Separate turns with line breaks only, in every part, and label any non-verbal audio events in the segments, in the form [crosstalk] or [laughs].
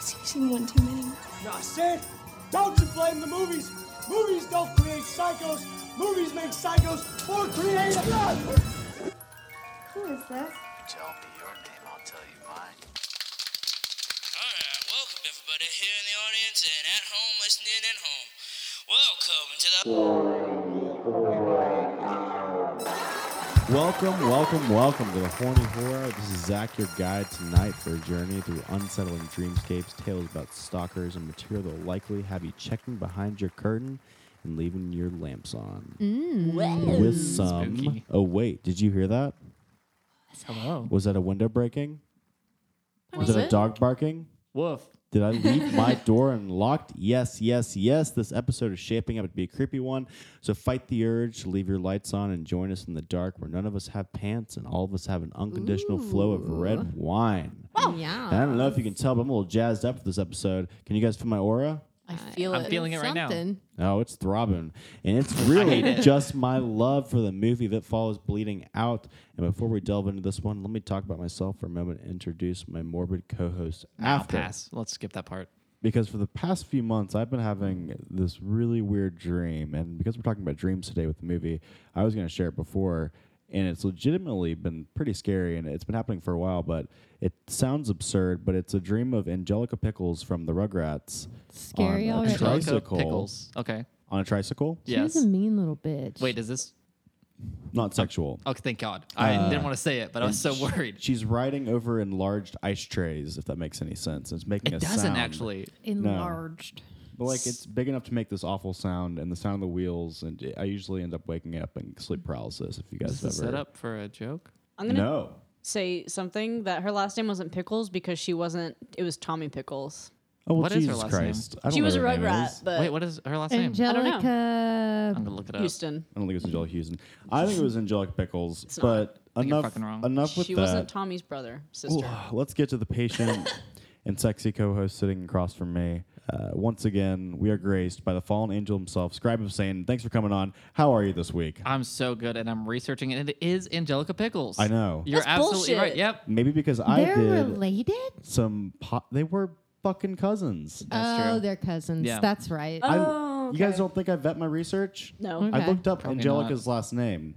seen one too many.
Now, Sid, don't you blame the movies. Movies don't create psychos. Movies make psychos more creative.
Who is this?
Tell me your name, I'll tell you mine.
Alright, welcome everybody here in the audience and at home listening at home. Welcome to the
Welcome, welcome, welcome to the Horny Horror. This is Zach, your guide tonight for a journey through unsettling dreamscapes, tales about stalkers, and material that will likely have you checking behind your curtain and leaving your lamps on. With some.
Spooky.
Oh, wait, did you hear that?
Hello.
Was that a window breaking? Was,
was
that a
it?
dog barking?
Woof.
Did I leave my [laughs] door unlocked? Yes, yes, yes. This episode is shaping up to be a creepy one. So fight the urge to leave your lights on and join us in the dark where none of us have pants and all of us have an unconditional flow of red wine.
Oh,
yeah.
And I don't know if you can tell, but I'm a little jazzed up for this episode. Can you guys feel my aura?
I feel
I'm feeling it right now.
Something.
Oh, it's throbbing. And it's really just my love for the movie that follows Bleeding Out. And before we delve into this one, let me talk about myself for a moment and introduce my morbid co host
I'll
after
pass. Let's skip that part.
because for the past few months I've been having this really weird dream, and because we're talking about dreams today with the movie, I was going to share it before, and it's legitimately been pretty scary, and it's been happening for a while. But it sounds absurd, but it's a dream of Angelica Pickles from the Rugrats.
Scary
on a
already.
Angelica
tricycle.
Pickles. Okay.
On a tricycle,
Yes.
She's a mean little bitch.
Wait, does this?
not sexual.
Oh, thank God. I didn't want to say it, but I was so
Sh-
worried.
She's riding over enlarged ice trays, if that makes any sense. It's making
it
a
doesn't
sound.
actually.
enlarged.
But like it's big enough to make this awful sound and the sound of the wheels, and I usually end up waking up in sleep paralysis. If you guys
Is this a
ever
setup for a joke?
I'm gonna
no,
say something that her last name wasn't Pickles because she wasn't. It was Tommy Pickles.
oh well,
What is her
Jesus
last name?
Christ, I don't
She
know
was a
what her name
Rugrat,
is.
but
Wait, what is her last name?
I don't
Angelica.
I'm gonna look it up.
Houston.
I don't think it was Angelica Houston. I think it was Angelica Pickles, but
think you're
enough,
fucking wrong.
enough with
She
that.
wasn't Tommy's brother, sister.
Let's get to the patient
[laughs]
and sexy co-host sitting across from me. Uh, once again, we are graced by the fallen angel himself, Scribe of Satan. Thanks for coming on. How are you this week?
I'm so good, and I'm researching it. and It is Angelica Pickles.
I know.
You're
That's
absolutely
bullshit.
right. Yep.
Maybe because I
They're
did
related?
some. Po- they were fucking cousins.
That's
oh,
true.
they're cousins.
Yeah.
That's right.
I'm-
Oh,
You guys don't think I vet my research?
No.
Okay.
I looked up
Probably
Angelica's last name,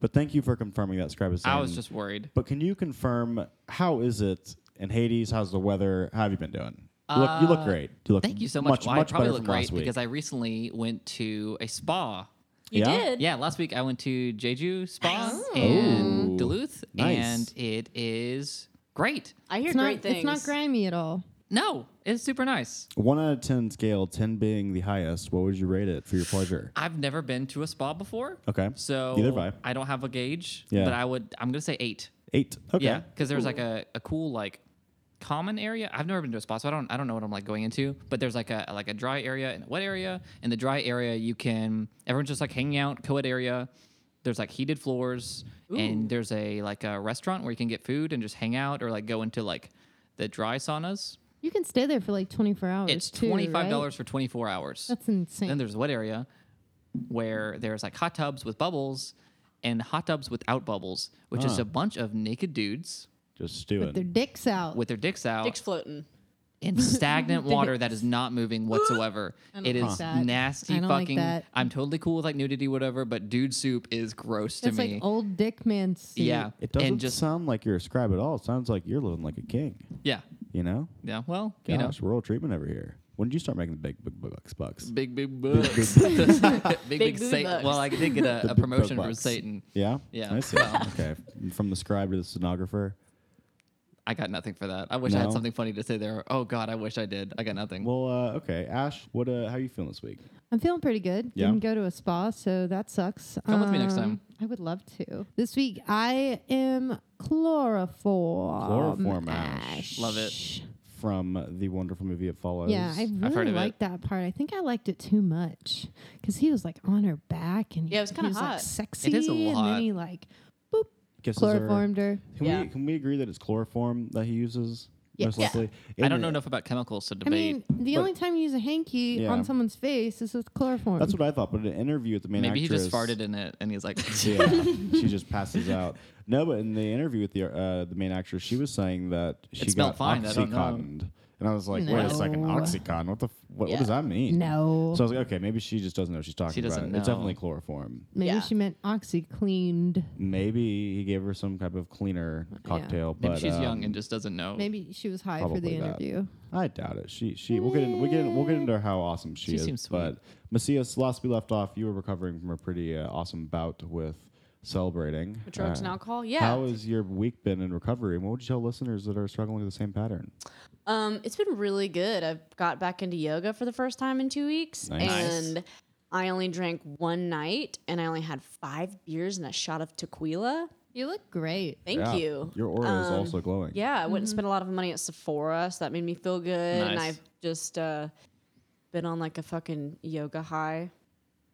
but thank you for confirming that, Scribe.
I was just worried.
But can you confirm how is it in Hades? How's the weather? How have you been doing? You look, you look great. You look
Uh, Thank you so much.
Much,
Well,
much
I probably
better
look
from
great
last week.
because I recently went to a spa
You
Yeah?
did.
Yeah, last week I went to Jeju Spa in Duluth,
Oh, Nice.
and it is great.
I hear
It's not,
great things.
it's not grimy at all.
No, it's super nice.
One out of ten scale, ten being the highest. What would you rate it for your pleasure?
I've never been to a spa before.
Okay.
So
Neither have I.
I don't have a gauge,
Yeah.
but I would. I'm gonna say eight.
Eight. Okay.
Yeah, because there's like a, a cool like common area. I've never been to a spa, so I don't I don't know what I'm like going into. But there's like a like a dry area and a wet area. In the dry area, you can everyone's just like hanging out, co-ed area. There's like heated floors, and there's a like a restaurant where you can get food and just hang out, or like go into like the dry saunas.
You can stay there for like 24 hours.
It's
too,
twenty five
right?
dollars for twenty four hours.
[laughs] That's insane.
Then there's the wet area where there's like hot tubs with bubbles and hot tubs without bubbles, which is a bunch of naked dudes
Just do
Their
it.
dicks out.
with their dicks out
Dick's floating.
in
[laughs]
stagnant water that is not
[gasps]
moving whatsoever. It
like
is
that.
nasty
I don't like
fucking.
that.
I'm totally cool with like nudity, whatever, but dude soup is gross to
That's
me.
like old dick man suit.
yeah.
It doesn't
and just
sound like you're a scribe at all. It sounds like you're living like a king.
yeah.
You know?
Yeah. Well,
Gosh,
you know.
royal treatment over here. When did you start making the big, big bucks? Bucks.
Big big bucks. [laughs] big big,
big
Satan.
bucks.
Well,
[laughs]
I did get a, a
big
promotion from
bucks.
Satan.
Yeah.
Yeah.
I see. okay. From the scribe to the stenographer.
I got nothing for that. I wish I had
No?
something funny to say there. Oh God, I wish I did. I got nothing.
Well, uh, okay, Ash. What? Uh, how you feeling this week?
I'm feeling pretty good.
Yeah.
Didn't go to a spa, so that sucks. Um,
Come with me next time.
I would love to. This week I am chloroform.
Chloroform Ash.
Love it.
From the wonderful movie it follows.
Yeah, I
heard
really
of it.
liked that part. I think I liked it too much because he was like on her back and
Yeah, it was
he
kinda
Like,
hot.
sexy,
a
and
lot.
then he like boop
Kisses her.
chloroformed her.
Can
Yeah.
we can we agree that it's chloroform that he uses most
Yeah.
likely?
I don't
And
know enough about chemicals to
I
debate.
mean, the only time you use a hanky
Yeah.
on someone's face is with chloroform.
That's what I thought. But in an interview with the main
Maybe he
actress,
just farted in it, and he's like,
[laughs] Yeah, she just passes out. No, but in the interview with the uh, the main actress, she was saying that she
smelled
got
fine, I don't know.
oxycontin And I was like, wait a second,
No.
OxyContin? What the? F- what, what does
Yeah.
that mean?
No.
So I was like, okay, maybe she just doesn't know what she's talking
She doesn't
about. It's
know.
definitely chloroform.
Maybe
Yeah.
she meant OxyCleaned.
Maybe he gave her some type of cleaner cocktail.
[laughs] Maybe
but,
she's young
um,
and just doesn't know.
Maybe she was high for the
Probably that.
interview.
I doubt it. She she we'll get in, we get in, we'll get into how awesome she,
She
is.
seems sweet.
But Macias, last we left off, you were recovering from a pretty uh, awesome bout with celebrating
Drugs
Uh,
and alcohol. Yeah.
How has your week been in recovery? And what would you tell listeners that are struggling with the same pattern?
Um, it's been really good. I've got back into yoga for the first time in two weeks,
Nice. Nice.
and I only drank one night, and I only had five beers and a shot of tequila.
You look great.
Thank
Yeah.
you. Um,
Your aura is also glowing.
Yeah, I went and spent a lot of money at Sephora, so that made me feel good. And
Nice.
I've just uh, been on like a fucking yoga high.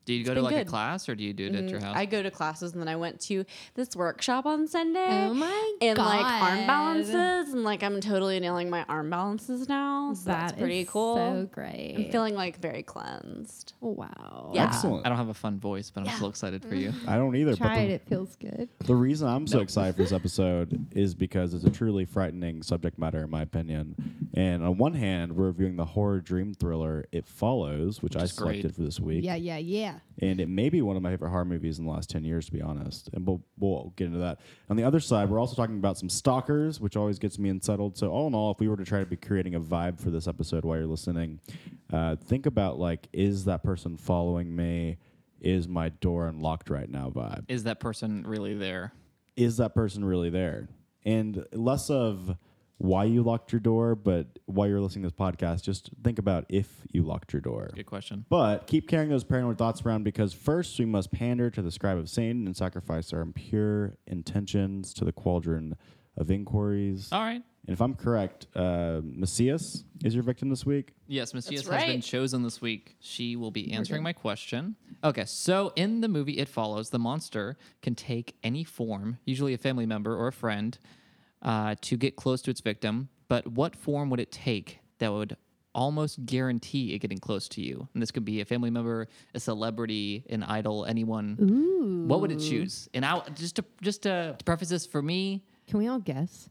do you go to
been
like a
good.
class or do you do it at
Mm-hmm.
your house?
I go to classes and then I went to this workshop on Sunday.
Oh my
And like arm
God.
balances and like I'm totally nailing my arm balances now. So that's
That
pretty
is
cool.
So great.
I'm feeling like very cleansed.
oh, wow.
Yeah.
Excellent.
I don't have a fun voice, but I'm so excited for you.
I don't either.
Try
but
it.
the,
It feels good.
the reason I'm so excited for this episode [laughs] is because it's a truly frightening subject matter, in my opinion. And on one hand, we're reviewing the horror dream thriller It Follows, which, I
is great.
selected for this week.
Yeah, yeah, yeah.
and it may be one of my favorite horror movies in the last 10 years to be honest and we'll, we'll get into that on the other side we're also talking about some stalkers which always gets me unsettled so all in all if we were to try to be creating a vibe for this episode while you're listening uh, think about like is that person following me is my door unlocked right now vibe
Is that person really there?
is that person really there? And less of why you locked your door, but while you're listening to this podcast, just think about if you locked your door.
Good question.
But keep carrying those paranoid thoughts around because first we must pander to the scribe of Satan and sacrifice our impure intentions to the cauldron of inquiries.
All right.
And if I'm correct, uh, Messias is your victim this week.
Yes, Macias has been
right.
chosen this week. She will be answering my question. Okay, so in the movie It Follows, the monster can take any form, usually a family member or a friend, uh, to get close to its victim. But what form would it take that would almost guarantee it getting close to you? And this could be a family member, a celebrity, an idol, anyone. What would it choose? And I just to just to, to preface this for me.
Can we all guess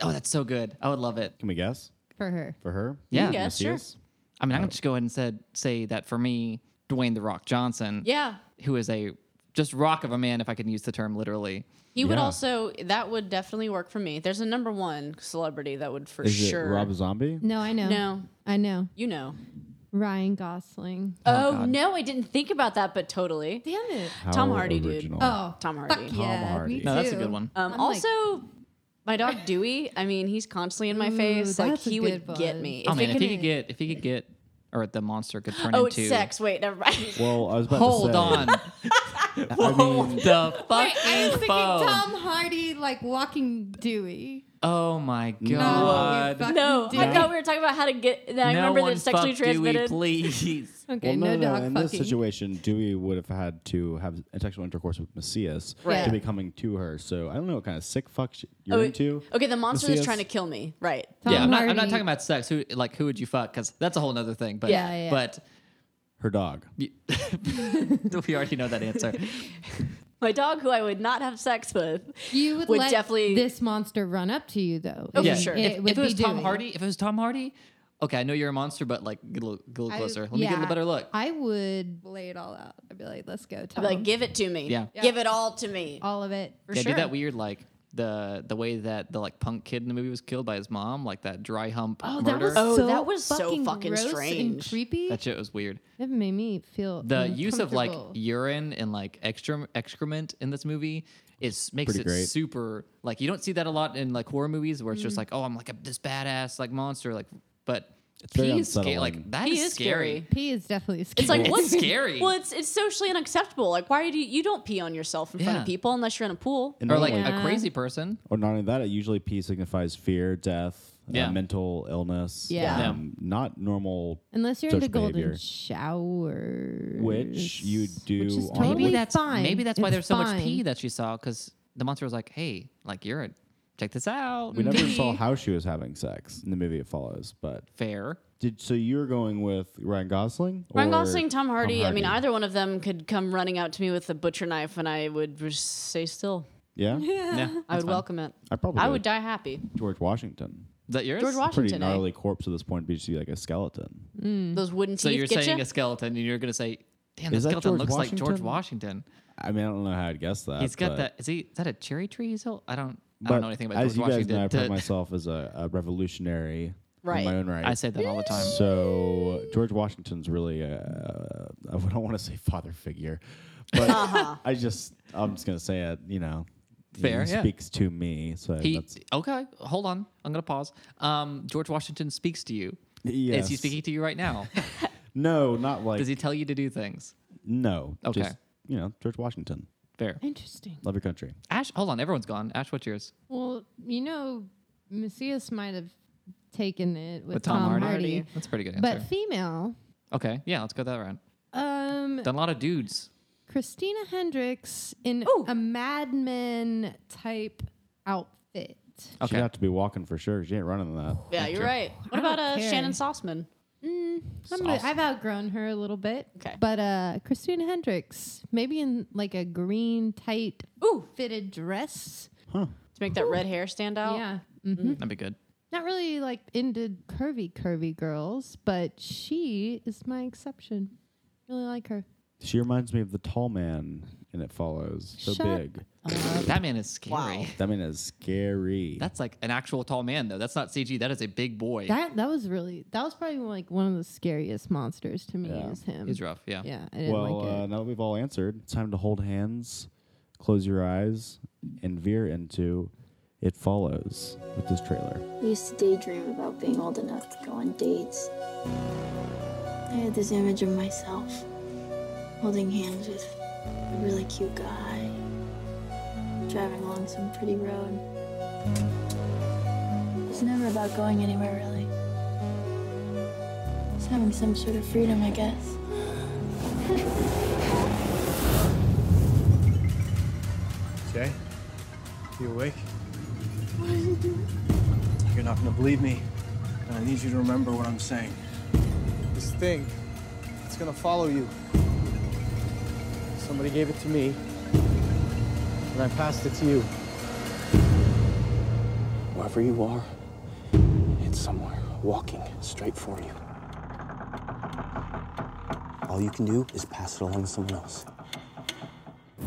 Oh, that's so good. I would love it.
Can we guess
for her?
for her?
Yeah.
Yes, sure.
Macias?
I mean, I'm gonna just go ahead and said say that for me, Dwayne the Rock Johnson.
Yeah.
who is a just rock of a man, if I can use the term literally.
He would
Yeah.
also that would definitely work for me. There's a number one celebrity that would for
Is
sure.
it Rob Zombie?
No, I know.
No.
I know.
you know.
Ryan Gosling.
Oh, no, I didn't think about that, but totally.
Damn it.
Tom
How
Hardy, dude.
original.
Oh,
Tom
Fuck
Hardy.
yeah,
Hardy.
Me
No, that's a
too.
good one.
Um,
I'm like-
also, my dog Dewey. I mean, he's constantly in my
Ooh,
face. Like
that's a
he would
good
get
one.
me.
oh
If
man,
it
if he
can-
could get, if he could get, or if the monster could turn
oh, it's
into.
sex. Wait,
[laughs]
never mind.
Well, I was about to
Hold
say.
[laughs] on,
I mean,
the fucking
Wait, I was thinking
phone.
Tom Hardy like walking Dewey.
Oh my
No,
god.
you fucking
no,
Dewey.
I thought we were talking about how to get. That I
No
remember that
one
it's sexually
fuck Dewey,
transmitted.
please.
Okay,
well, no,
no,
no,
dog
in
fucking.
this situation, Dewey would have had to have sexual intercourse with Messias
Right.
to be coming to her. So I don't know what kind of sick fuck sh- you're
Oh,
into.
okay, the monster
Macias?
that's trying to kill me. Right.
[laughs]
Tom
yeah, I'm not, I'm not
Hardy.
talking about sex. Who like who would you fuck? Because that's a whole other thing. But
Yeah, yeah.
but [laughs]
Her dog.
we already know that answer.
My dog, who I would not have sex with.
You would,
would
let
definitely-
this monster run up to you though.
Oh, for
yeah,
sure.
It
if,
would
if it was
be
Tom
Dewey.
Hardy, if it was Tom Hardy, okay, I know you're a monster, but like get a little, get a little
I-
closer. Let me get a
yeah, uh,
better look.
I would lay it all out. I'd be like, let's go, Tom.
Like, give it to me.
Yeah.
Give it all to me.
all of it.
For
yeah,
sure.
do that weird like the the way that the like punk kid in the movie was killed by his mom, like that dry hump
Oh, that
murder.
was
Oh,
so
that was so
fucking,
fucking
gross and
strange.
creepy.
that shit was weird.
It made me feel
The use of like
Mm, uncomfortable.
urine and like extra excrement in this movie is makes
Pretty
it
great.
super like you don't see that a lot in like horror movies where it's
Mm.
just like oh I'm like a, this badass like monster like but
very
he is scary like
unsettling.
that is
He is
scary.
scary.
pee is definitely scary.
It's like
It's
what's
scary.
Well, it's it's socially unacceptable. Like, why do you, you don't pee on yourself in front
Yeah.
of people unless you're in a pool?
And
Or
not
like
only-
a crazy person.
or not only that, it usually P signifies fear, death, uh,
Yeah.
mental illness.
Yeah.
Um, Not normal,
Unless you're
Social
into golden
behavior.
shower,
which you do
Which is
on a
totally
maybe that's
fine.
maybe that's why
It's
there's so much pee
fine.
that she saw because the monster was like, hey, like you're a check this out.
We never
[laughs]
pee."
saw how she was having sex in the movie. It follows, but
[laughs]
[laughs]
fair.
did so you're going with Ryan Gosling?
Ryan
or
Gosling, Tom Hardy. I mean, either one of them could come running out to me with a butcher knife, and I would just stay still.
Yeah,
Yeah,
I would
[laughs] that's fine.
welcome it.
I probably
I
would.
would die happy.
George Washington.
Is that yours?
George
Pretty
Washington. eh? Mm.
gnarly corpse at this point, but you see like a skeleton.
Those wooden teeth
So you're
get
saying
ya?
a skeleton, and you're gonna say, "Damn, that
Is that
skeleton
George
looks like George
Washington?
Washington."
I mean, I don't know how I'd guess that.
He's got
but-
that. Is he? Is that a cherry tree? He's held? I don't. I
but
don't know anything about
As
George
you guys
Washington.
know, I
[laughs]
pride
To-
myself as a, a revolutionary
Right.
in my own right.
I say that all the time.
So George Washington's really, uh, I don't want to say father figure, but I just, I'm just gonna say it. You know, he
Fair, yeah.
speaks to me. So
He
that's
okay. Hold on. I'm gonna pause. Um, George Washington speaks to you. Is he
Yes.
speaking to you
[laughs]
right now?
no, not like
Does he tell you to do things?
no.
Okay.
just, you know, George Washington,
Fair.
Interesting.
love your country.
Ash, hold on. Everyone's gone. Ash, what's yours?
Well, you know, Macias might have taken it with,
With Tom Hardy.
Hardy.
That's a pretty good
But
answer.
female,
okay. Yeah. Let's go that round.
um,
Done a lot of dudes.
Christina Hendricks in a Mad Men type outfit.
She'd
Okay.
have to be walking for sure. She ain't running that.
Yeah, you're right. What
I don't
about uh,
care.
Shannon Sauceman?
I'm gonna- I've outgrown her a little bit.
Okay.
But uh, Christina Hendricks, maybe in like a green tight
Ooh.
fitted dress.
To make that red hair stand out?
Yeah.
mm-hmm.
Mm-hmm.
That'd be good.
Not really like into curvy, curvy girls, but she is my exception. Really like her.
She reminds me of the tall man, and it follows so
Shut
big.
that man is scary.
That man is scary.
That's like an actual tall man, though. That's not CG. That is a big boy.
That that was really that was probably like one of the scariest monsters to me
Yeah.
is him.
He's rough. Yeah.
Yeah, I didn't
Well,
like
uh,
it.
now that we've all answered, it's time to hold hands, close your eyes, and veer into It Follows with this trailer.
I used to daydream about being old enough to go on dates. I had this image of myself holding hands with a really cute guy, driving along some pretty road. It's never about going anywhere, really. It's having some sort of freedom, I guess.
Jay, you awake? You're not gonna believe me, and I need you to remember what I'm saying. This thing, it's gonna follow you. Somebody gave it to me, and I passed it to you. Wherever you are, it's somewhere walking straight for you. All you can do is pass it along to someone else.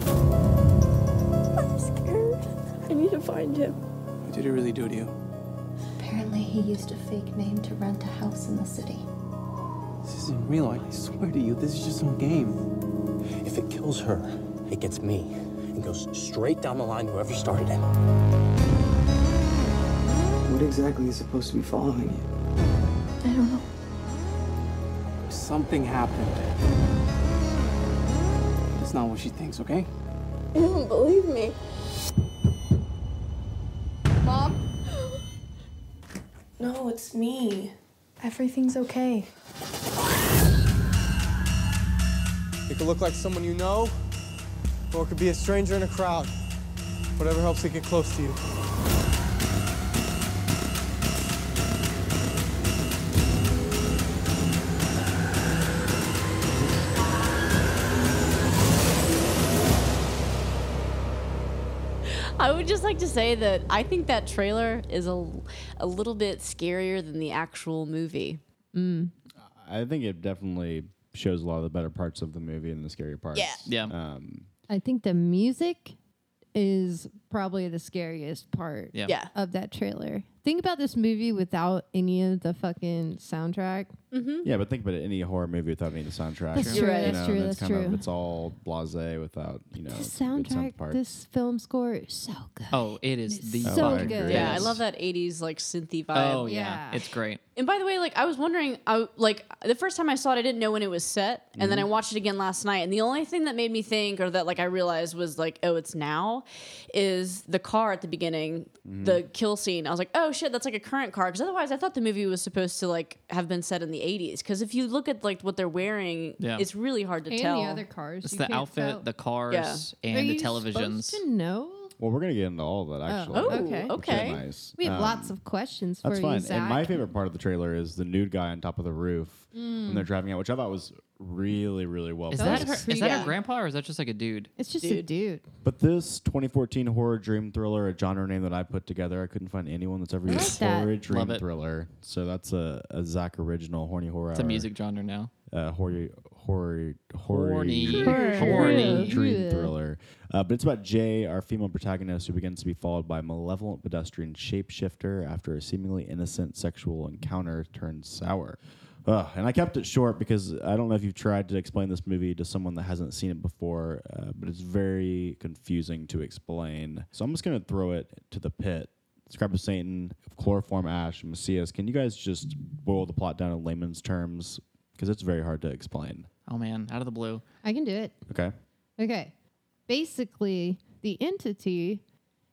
I'm scared. I need to find him.
What did it really do to you?
Apparently, he used a fake name to rent a house in the city.
This isn't real. I swear to you, this is just some game.
If it kills her, it gets me and goes straight down the line to whoever started it.
What exactly is supposed to be following you?
I don't know.
Something happened. That's not what she thinks, okay?
You don't believe me. Mom?
No, it's me. Everything's okay.
It could look like someone you know, or it could be a stranger in a crowd. Whatever helps it get close to you.
I would just like to say that I think that trailer is a, a little bit scarier than the actual movie.
I think it definitely shows a lot of the better parts of the movie and the scarier parts.
Yeah.
Yeah.
I think the music is probably the scariest part
Yeah.
Yeah.
of that trailer. Think about this movie without any of the fucking soundtrack.
Yeah, but think about any horror movie without any of the soundtrack.
That's
You
true,
know,
that's true,
and
that's
it's kind
true.
Of, it's all blasé without, you know,
The
good sound Uh,
soundtrack,
parts.
this film score is so good.
Oh, it is the
so
fucking
good.
greatest.
Yeah, I
Yes.
love that 80s like synthy vibe.
Oh yeah.
Yeah.
it's great.
And by the way, like I was wondering, I like the first time I saw it, I didn't know when it was set, and then I
Mm-hmm.
watched it again last night, and the only thing that made me think, or that like I realized was like, oh, it's now, is the car at the beginning,
Mm-hmm.
the kill scene. I was like, oh shit, that's like a current car, because otherwise I thought the movie was supposed to like have been set in the '80s, because if you look at like what they're wearing,
Yeah.
it's really hard to
and
tell.
the other cars.
It's the outfit, the cars,
Yeah.
and the televisions.
To know?
Well, we're gonna get into all of that
Oh,
actually.
okay.
which is
Okay.
nice.
We have
Um,
lots of questions for
That's
you,
fine.
Zach.
And my favorite part of the trailer is the nude guy on top of the roof
Mm.
when they're driving out, which I thought was really, really well.
Is
played.
that, her, is that her grandpa or is that just like a dude?
It's just a dude.
But this 2014 horror dream thriller, a genre name that I put together, I couldn't find anyone that's ever
I
used
like that.
horror
Love
dream
it.
thriller. So that's a, a Zach original horny horror.
It's a
hour,
music genre now.
Uh, horror, horror, horror,
Horny.
horror,
Horny.
dream
Yeah.
thriller. Uh, but it's about Jay, our female protagonist, who begins to be followed by a malevolent pedestrian shapeshifter after a seemingly innocent sexual encounter turns sour. Ugh, and I kept it short because I don't know if you've tried to explain this movie to someone that hasn't seen it before, uh, but it's very confusing to explain. So I'm just going to throw it to the pit. Scrap of Satan, Chloroform Ash, and Messias. Can you guys just boil the plot down in layman's terms? Because it's very hard to explain.
Oh man, out of the blue.
I can do it.
Okay.
Okay. Basically, the entity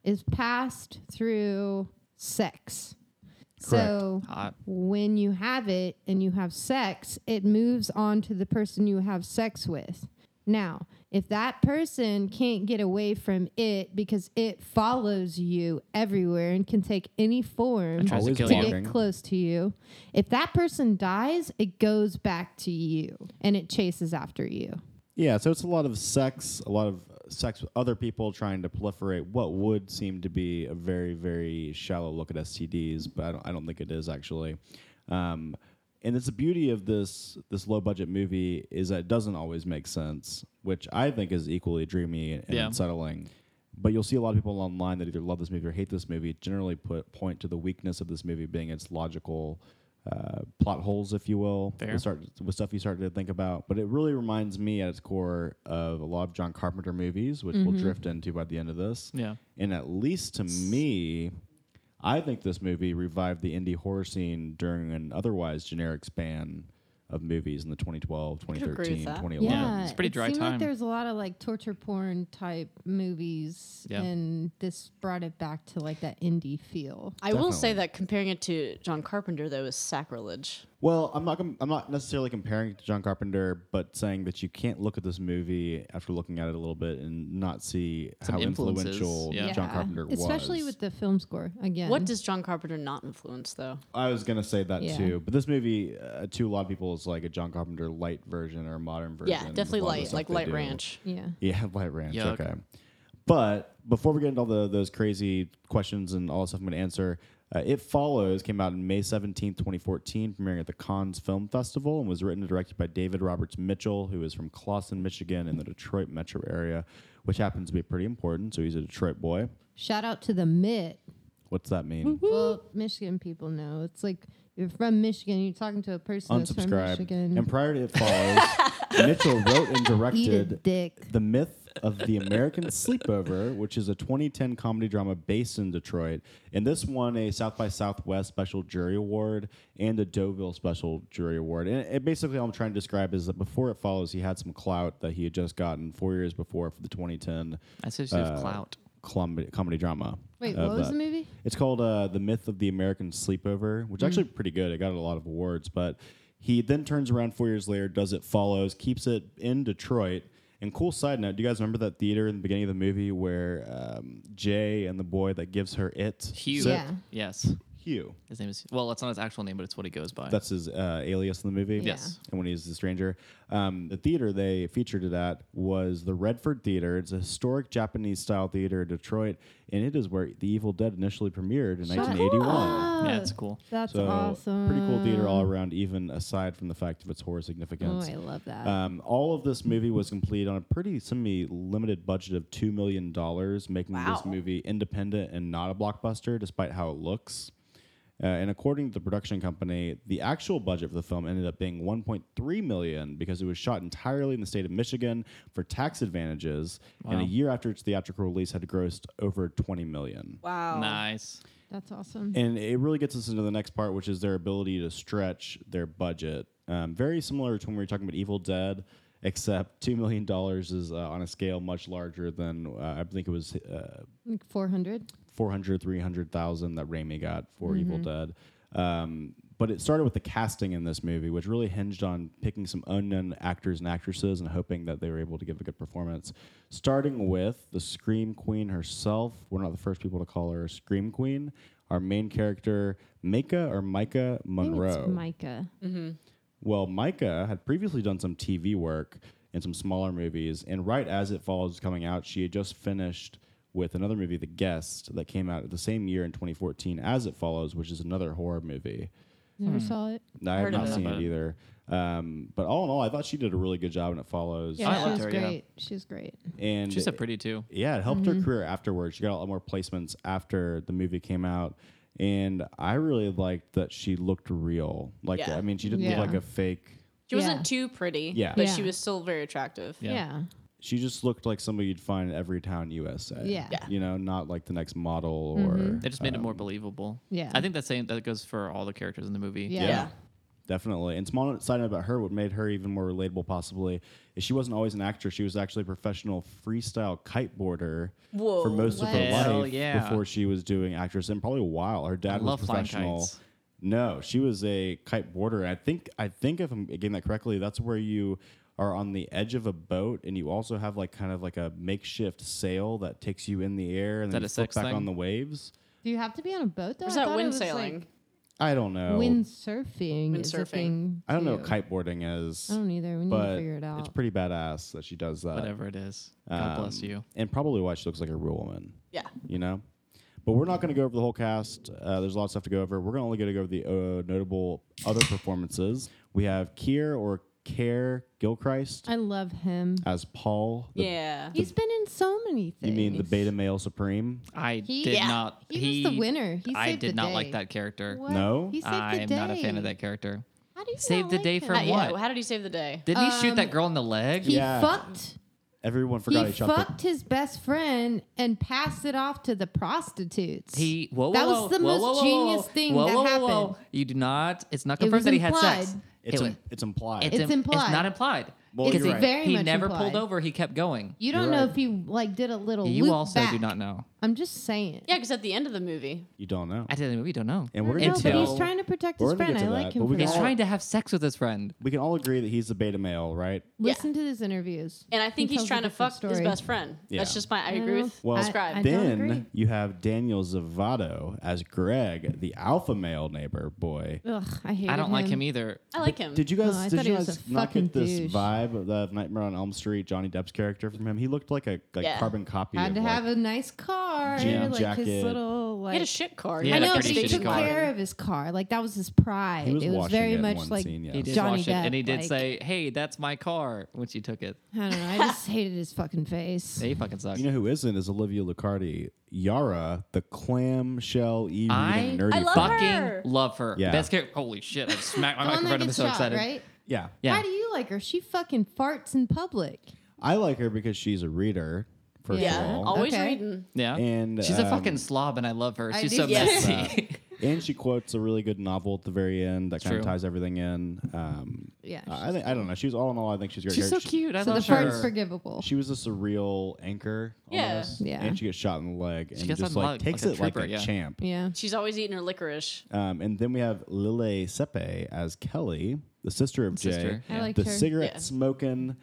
is passed through sex. So
Hot.
when you have it and you have sex, it moves on to the person you have sex with. Now, if that person can't get away from it because it follows you everywhere and can take any form
It tries to
to,
kill you.
get close to you, if that person dies, it goes back to you and it chases after you.
Yeah, so it's a lot of sex, a lot of uh, sex with other people trying to proliferate what would seem to be a very, very shallow look at STDs, but I don't, I don't think it is actually. Um, and it's the beauty of this this low budget movie is that it doesn't always make sense, which I think is equally dreamy and
Yeah.
unsettling. But you'll see a lot of people online that either love this movie or hate this movie. Generally, put point to the weakness of this movie being its logical uh, plot holes, if you will.
Fair.
With start with stuff you start to think about. But it really reminds me at its core of a lot of John Carpenter movies, which
Mm-hmm.
we'll
Mhm.
drift into by the end of this.
Yeah.
And at least to me, I think this movie revived the indie horror scene during an otherwise generic span of movies in the 2012,
could agree with
2013,
that.
2011.
it's pretty
it
dry
seemed
time.
Like there's a lot of like torture porn type movies,
Yeah.
and this brought it back to like that indie feel.
I will say that comparing it to John Carpenter though is sacrilege.
Well, I'm not. Com- I'm not necessarily comparing it to John Carpenter, but saying that you can't look at this movie after looking at it a little bit and not see
Some
how
influences,
influential
yeah.
John Carpenter was.
especially with the film score again.
What does John Carpenter not influence though?
I was gonna say that
Yeah.
too, but this movie, uh, to a lot of people, is like a John Carpenter light version or a modern version.
Yeah,
of
definitely
a lot of the
light,
stuff
like
they
Light
do.
Ranch.
Yeah.
Yeah, [laughs] light ranch.
Yuck.
Okay. But before we get into all the, those crazy questions and all the stuff I'm going to answer, uh, It Follows came out on May 17, 2014, premiering at the Cannes Film Festival and was written and directed by David Roberts Mitchell, who is from Clawson, Michigan, in the Detroit metro area, which happens to be pretty important. So he's a Detroit boy.
Shout out to the Mitt.
What's that mean?
Well, Michigan people know it's like you're from Michigan. You're talking to a person that's from
Unsubscribe.
Michigan.
And prior to It Follows,
[laughs]
Mitchell wrote and
Eat a
directed
dick.
The Myth of the American [laughs] Sleepover, which is a 2010 comedy drama based in Detroit. And this won a South by Southwest Special Jury Award and a Deauville Special Jury Award. And it, basically, all I'm trying to describe is that before It Follows, he had some clout that he had just gotten four years before for the 2010.
I said she was clout.
Comedy, comedy drama.
Wait,
of
what was
that.
the movie?
It's called uh, The Myth of the American Sleepover, which is
Mm.
actually pretty good. It got a lot of awards, but he then turns around four years later, does it follows, keeps it in Detroit. And cool side note, do you guys remember that theater in the beginning of the movie where um, Jay and the boy that gives her it?
Hugh.
sit?
Yes.
Hugh.
His name is well, that's not his actual name, but it's what he goes by.
That's his uh, alias in the movie.
Yes.
And when he's the stranger. Um, the theater they featured it at was the Redford Theater. It's a historic Japanese style theater in Detroit, and it is where The Evil Dead initially premiered in
Shut
1981.
Yeah, it's cool.
That's
so,
awesome.
Pretty cool theater all around, even aside from the fact of its horror
Oh,
significance.
I love that.
Um, all of this movie was complete on a pretty semi-limited budget of two million dollars, making this movie independent and not a blockbuster, despite how it looks. Uh, and according to the production company, the actual budget for the film ended up being 1.3 million because it was shot entirely in the state of Michigan for tax advantages, and a
Wow.
year after its theatrical release had grossed over 20 million.
Oh.
Wow.
Nice.
that's awesome.
And it really gets us into the next part, which is their ability to stretch their budget. Um, very similar to when we were talking about Evil Dead, except $2 million is uh, on a scale much larger than, uh, I think it was uh,
like 400.
400, 300,000 that Raimi got for Evil
Mhm.
Dead. Um, But it started with the casting in this movie, which really hinged on picking some unknown actors and actresses and hoping that they were able to give a good performance. Starting with the Scream Queen herself. We're not the first people to call her Scream Queen. Our main character, Micah or Micah Monroe.
It's Micah.
Well, Micah had previously done some TV work and some smaller movies, and right as It Follows was coming out, she had just finished with another movie, The Guest, that came out the same year in 2014 as It Follows, which is another horror movie.
Hmm.
Never saw it.
No, I have
Heard of
not
it.
seen it either. Um, but all in all, I thought she did a really good job in It Follows.
Oh, I liked
she's
her, yeah.
great. She's great.
And
She's so pretty too.
yeah, it helped her career afterwards. She got a lot more placements after the movie came out. And I really liked that she looked real. Like,
Yeah.
I mean, she didn't
Yeah.
look like a fake
Yeah.
She wasn't too pretty.
Yeah.
But
Yeah.
she was still very attractive.
Yeah. yeah.
she just looked like somebody you'd find in every town USA.
Yeah. Yeah.
You know, not like the next model or
They just made it more
Um,
believable.
yeah.
I think that's saying that goes for all the characters in the movie.
Yeah. definitely. And small side note about her, what made her even more relatable possibly is she wasn't always an actror. She was actually a professional freestyle kiteboarder
Whoa.
for most of her
What?
Hell
life
yeah.
before she was doing actress and probably a while. Her dad
I
was
love flying
professional.
kites.
No, she was a kite boarder. I think I think if I'm getting that correctly, that's where you are on the edge of a boat and you also have like kind of like a makeshift sail that takes you in the air and
that
then you
a
flip
sex
back
thing?
on the waves.
Do you have to be on a boat though?
Or is
I
that
thought it
wind
was, like,
sailing?
I don't know.
Windsurfing. Windsurfing. Is a
Windsurfing.
thing
I don't know
too.
what kiteboarding is.
I don't either. We need
but
to Mm, figure it out.
It's pretty badass that she does that.
Whatever it is. God
Um,
bless you.
And probably why she looks like a real woman,
Yeah.
you know? But we're not going to go over the whole cast. Uh, there's a lot of stuff to go over. We're gonna only going to go over the uh, notable other performances. We have Kier or Care Gilchrist
I love him.
as Paul. The,
Yeah.
He's been in so many
You
things.
mean the beta male supreme?
I
He-
did
Yeah.
not.
He was the winner. He
I
saved
did
the
not
day.
like that character.
What?
No?
He saved the
I'm
day.
not a fan of that character.
How do you
Saved
not
the
like
day
him?
from
Uh, yeah.
What?
How did he save the day?
Didn't he shoot
Um,
that girl in the leg?
He
Yeah.
fucked.
Everyone forgot
he
he shot the
fucked his best friend and passed it off to the prostitutes.
He whoa, whoa
That was
whoa,
the
whoa,
most
whoa, whoa,
genius
whoa.
thing
whoa,
that
whoa, whoa, whoa.
happened.
You do not. It's not confirmed that he
was
had sex.
implied.
It's,
it
im-
was-
it's implied.
it's,
It's
im-
implied.
It's not implied.
Well,
Because
you're
he,
right.
very
he
much
never pulled
implied.
over. He kept going.
you don't
You're
know
right.
if he like did a little.
You
loop
also do
back.
not know.
I'm just saying.
Yeah, because at the end of the movie,
you don't know.
At the end of the movie, you don't know.
And we're
No,
gonna
but
Until-
he's trying to protect
We're
his
gonna
friend.
get
I
to
like
that,
him.
but we
for
can
He's
that.
all-
trying to have sex with his friend.
we can all agree that he's the beta male, right?
Listen to his interviews.
and I think
He
he's
tells a
trying to
different
fuck his
story.
best friend.
Yeah.
That's just my. I
I
agree
don't-
with.
Well,
I-
describe.
I don't agree.
then you have Daniel Zavato as Greg, the alpha male neighbor boy.
Ugh, I hate
I don't like him either.
I like him.
Did you guys?
Oh, I
did
thought
you
he was
guys
a
not get
fucking
this
douche.
vibe of the Nightmare on Elm Street Johnny Depp's character from him? He looked like a like
Yeah.
carbon copy.
Had
of
to
like,
have a nice car,
jean
like
jacket.
his little like.
he had a shit car.
Yeah,
I
had a
know, but
pretty
he
shitty
took
car.
care of his car. Like that was his pride.
He was
it was
washing
very
it in
much
one
like
scene, yeah.
He did
Johnny
wash
Depp.
it, and he did
like-
say, "Hey, that's my car." When she took it,
I don't know. I just hated his fucking
[laughs]
face.
he fucking sucks.
You know who isn't is Olivia Lucardi, Yara, the clamshell e
I,
reading nerdy.
I love
friend.
fucking
her.
love her.
Yeah.
Best character. Holy shit! I just
[laughs]
smacked my
The one that
microphone. I'm
gets
so
shot,
excited.
right?
Yeah,
Yeah.
How do you like her? She fucking farts in public.
I like her because she's a reader. First
Yeah.
of all,
Always
Okay.
reading.
Yeah.
And,
she's a
um,
fucking slob, and I love her.
I
She's
do
so
too.
messy.
and she quotes a really good novel at the very end that kind
Oh. True.
of ties everything in. Um,
Yeah.
I think I don't know. She's all in all. I think she's a great.
[laughs] she's so
character. She-
cute. I
so the
love
fart's
her.
forgivable.
She was a surreal anchor.
Yeah.
almost.
Yeah.
And she gets shot in the leg and just
gets shot in
like
the leg
takes
like a
it like
trooper,
a
yeah.
champ.
yeah.
She's always eating her licorice.
Oh
Um, and then we have Lile Sepe as Kelly, the sister of Jay,
Sister, I yeah.
liked
the
her.
cigarette smoking,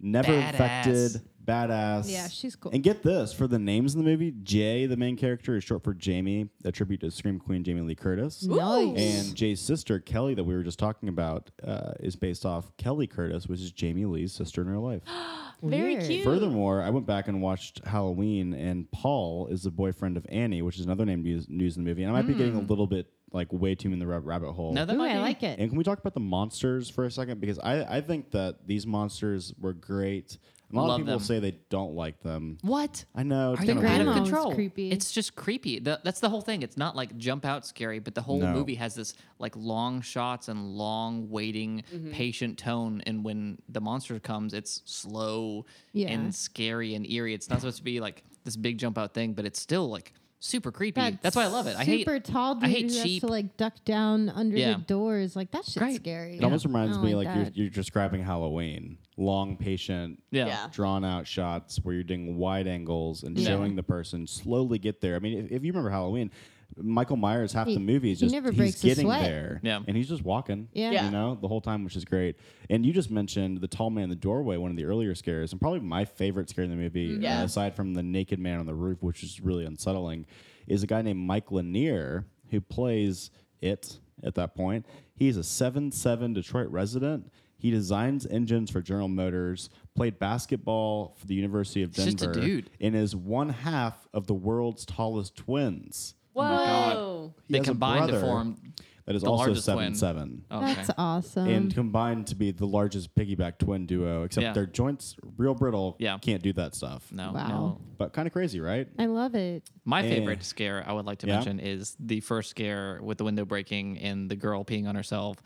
never
Badass.
infected, badass.
Yeah, she's cool.
And get this for the names in the movie, Jay, the main character, is short for Jamie, a tribute to Scream Queen Jamie Lee Curtis.
Nice.
And Jay's sister Kelly, that we were just talking about, uh, is based off Kelly Curtis, which is Jamie Lee's sister in real
[gasps]
life. [gasps]
Very
Weird.
cute.
Furthermore, I went back and watched Halloween, and Paul is the boyfriend of Annie, which is another name used used in the movie. And I might be getting a
Hmm.
little bit like way too in the rab- rabbit hole.
No, that
Ooh,
might
I
be-
like it.
and can we talk about the monsters for a second? Because I, I think that these monsters were great. A lot
Love
of people
them.
say they don't like them.
What?
I know. It's
Are
kind of
you out
grandma
of
was
weird.
control?
creepy.
It's just creepy. The, that's the whole thing. It's not like jump out scary, but the whole
No.
movie has this like long shots and long waiting,
Mm-hmm.
patient tone. And when the monster comes, it's slow
Yeah.
and scary and eerie. It's not supposed to be like this big jump out thing, but it's still like super creepy.
That
that's why I love it. I hate
super tall dude
I hate
who
cheap.
has to like duck down under
Yeah.
the doors. Like that shit's
Great.
scary.
It almost reminds
Oh, I
me
don't
like,
like that.
you're, you're describing Halloween. Long, patient,
yeah.
Yeah.
drawn out shots where you're doing wide angles and
Yeah.
showing the person slowly get there. I mean, if, if you remember Halloween, Michael Myers half
He-
the movie is
he
just
never
he's
breaks a
getting
sweat.
there,
Yeah.
and he's just walking,
Yeah. Yeah.
you know, the whole time, which is great. And you just mentioned the tall man in the doorway, one of the earlier scares, and probably my favorite scare in the
Mm-hmm.
movie,
Yeah.
uh, aside from the naked man on the roof, which is really unsettling, is a guy named Mike Lanier who plays it at that point. He's a seven-seven Detroit resident. He designs engines for General Motors, played basketball for the University of
Just a
Denver,
dude.
and is one half of the world's tallest twins.
Whoa.
He
They
has a
combined to
brother
form
that is
the
also
largest
seven
twin.
seven,
Okay.
That's awesome.
and combined to be the largest piggyback twin duo. Except
Mm-hmm. Yeah.
their joints real brittle.
Yeah.
can't do that stuff.
no,
Wow.
no.
but kind of crazy, right?
I love it.
My
Eh.
favorite scare I would like to
Yeah?
mention is the first scare with the window breaking and the girl peeing on herself.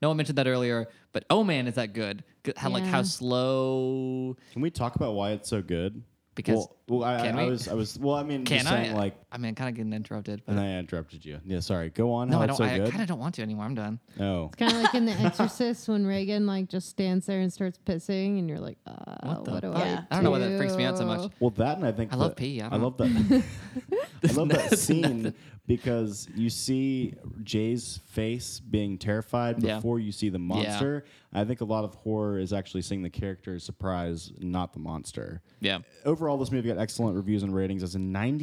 No one mentioned that earlier, but oh man, is that good? Good- How like how
Yeah.
slow?
Can we talk about why it's so good?
Because-
well, well, I,
can
I, I
we?
was, I was, well, I mean,
Can
just
I?
saying like,
I mean, kind of getting interrupted. But
and I interrupted you. Yeah, sorry. Go on.
no,
how
I
it's
don't.
so
I
good.
kind of don't want to anymore. I'm done.
oh,
Kind of
[laughs]
like in The Exorcist when Reagan like just stands there and starts pissing, and you're like, uh, what, do I?
Yeah.
I don't know why that freaks me out so much.
do?
Well, that and I think
I love
that-
pee, I
I,
don't-
love
[laughs]
that. I love that
There's
scene because you see Jay's face being terrified
Yeah.
before you see the monster. I think a lot of horror is actually seeing the character's surprise, not the monster.
Yeah.
Overall, this movie got excellent reviews and ratings. It's a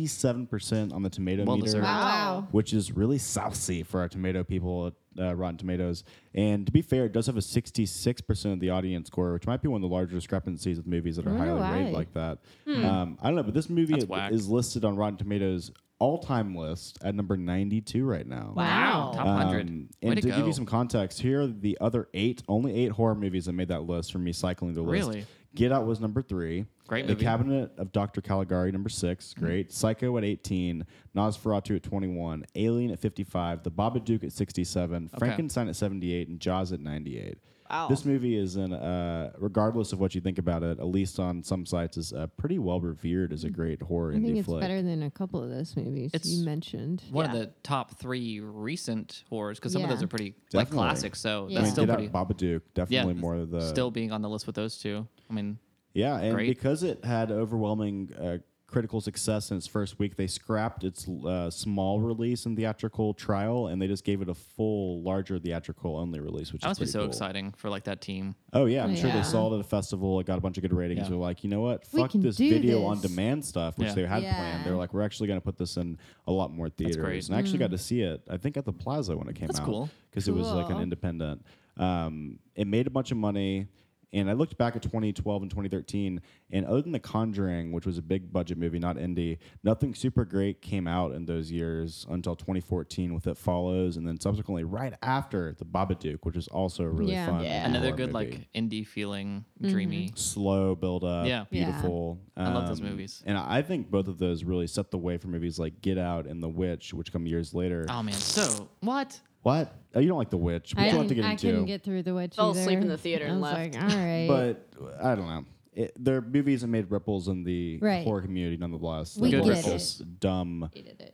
97% on the tomato
Well
meter,
deserved.
Wow.
which is really saucy for our tomato people at uh, Rotten Tomatoes. And to be fair, it does have a 66% of the audience score, which might be one of the larger discrepancies with movies that are
wonder
highly
why.
rated like that. Um, I don't know, but this movie
That's
is,
whack.
is listed on Rotten Tomatoes all-time list at number 92 right now.
Wow.
Top hundred.
Um,
Way
and to,
go.
give you some context, here are the other eight, only eight horror movies that made that list from me cycling the list.
Really?
Get Out was number three.
Great
The
movie. Mm-hmm.
Cabinet of Dr. Caligari, number six. Great. Psycho at 18. Nosferatu at 21. Alien at 55. The Babadook at 67. Frankenstein at 78. And Jaws at 98.
Wow.
This movie is, an, uh, regardless of what you think about it, at least on some sites, is uh, pretty well revered as a
Mm-hmm.
great horror
I think
indie
it's
flick.
better than a couple of those movies
It's-
you mentioned.
One of the top three recent horrors because some of
Yeah.
those are pretty like
Definitely.
classics. So
Yeah.
I
that's
mean,
still
Get
pretty.
Out, Babadook,
yeah.
definitely more of the
still being on the list with those two. I mean,
Yeah, and
Great.
because it had overwhelming uh, critical success in its first week, they scrapped its uh, small release and theatrical trial, and they just gave it a full, larger theatrical only release, which
that
is
must be
pretty
so
cool.
exciting for like that team.
Oh yeah, I'm sure
Yeah.
they saw it at a festival. It got a bunch of good ratings.
Yeah.
They're like, you know what?
We
Fuck
can
this
do
video
this.
on demand stuff, which
Yeah.
they had
Yeah.
planned. They're like, we're actually going to put this in a lot more theaters.
great.
And I
Mm.
actually got to see it. I think at the Plaza when it came
That's
out.
cool.
Because it was like an
Cool.
independent. Um, it made a bunch of money. And I looked back at 2012 and 2013, and other than The Conjuring, which was a big budget movie, not indie, nothing super great came out in those years until 2014 with It Follows, and then subsequently right after The Babadook, which is also a really
Yeah.
fun.
Yeah.
Another
horror
good
movie
like indie feeling,
Mm-hmm.
dreamy.
slow build up,
Yeah.
Yeah.
beautiful. um,
I love those movies.
And I think both of those really set the way for movies like Get Out and The Witch, which come years later.
Oh man, so what?
What? Oh, you don't like The Witch. We
I,
don't have to
didn't-
get
I
into.
couldn't get through the witch.
Fell asleep
either.
in the theater
I
and
was
left.
Like, all right,
but I don't know. It, their movies have made ripples in the
Right.
horror community, nonetheless.
We
They're
get
ripples, Dumb.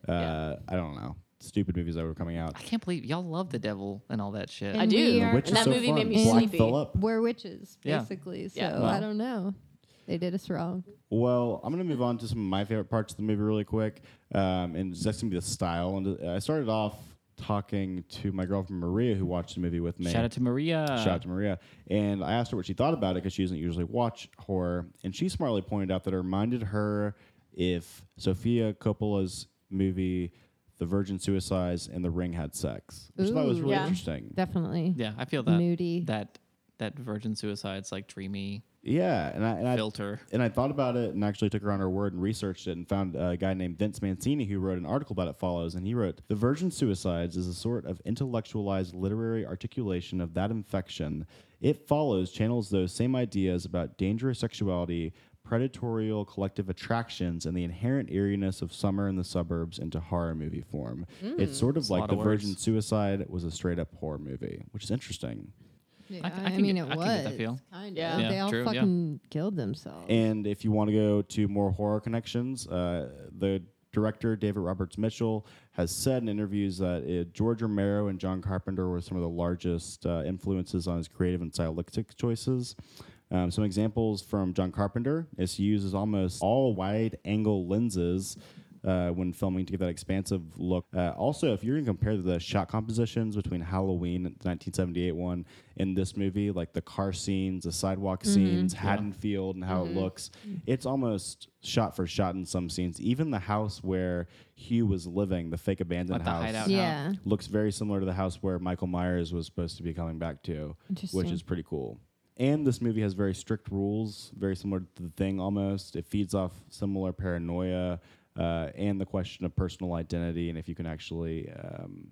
Uh, I don't know. Stupid movies that were coming out.
I can't believe y'all love the devil and all that shit.
I
And
do.
we are-
The Witch
and
is
that
so
movie
fun.
made me
Black
sleepy.
Phillip.
we're witches
Yeah.
basically. So
Yeah.
I don't know. They did us wrong.
Well, I'm going to move on to some of my favorite parts of the movie really quick, um, and it's just going to be the style. And uh, I started off talking to my girlfriend Maria, who watched the movie with me.
Shout out to uh, Maria.
Shout out to Maria. And I asked her what she thought about it because she doesn't usually watch horror. And she smartly pointed out that it reminded her if Sofia Coppola's movie, The Virgin Suicides, and The Ring had sex. Which I thought was
Ooh.
really
Yeah.
interesting.
Definitely.
yeah, I feel that
Moody.
that that virgin suicide's like dreamy
Yeah. And I, and I
filter.
and I thought about it and actually took her on her word and researched it and found a guy named Vince Mancini who wrote an article about it follows and he wrote The Virgin Suicides is a sort of intellectualized literary articulation of that infection. It follows channels those same ideas about dangerous sexuality, predatorial collective attractions, and the inherent eeriness of summer in the suburbs into horror movie form. It's sort of like
Hmm. lot
The
of words.
Virgin Suicide was a straight up horror movie, which is interesting.
Yeah,
I c- I can
mean,
get-
it
I
was
can get that feel.
kind of.
Yeah.
Yeah,
they all
true, yeah.
fucking killed themselves.
And if you want to go to more horror connections, uh, the director David Roberts Mitchell has said in interviews that uh George Romero and John Carpenter were some of the largest uh, influences on his creative and stylistic choices. Um, some examples from John Carpenter is he uses almost all wide angle lenses uh, when filming to give that expansive look. Uh, also, if you're going to compare the shot compositions between Halloween, the 1978 one, in this movie, like the car scenes, the sidewalk
Mm-hmm.
scenes, Haddonfield, and how it looks, it's almost shot for shot in some scenes. Even the house where Hugh was living, the fake abandoned
the
house,
hideout.
Yeah.
looks very similar to the house where Michael Myers was supposed to be coming back to,
Interesting.
which is pretty cool. And this movie has very strict rules, very similar to the thing almost. It feeds off similar paranoia uh, and the question of personal identity and if you can actually um,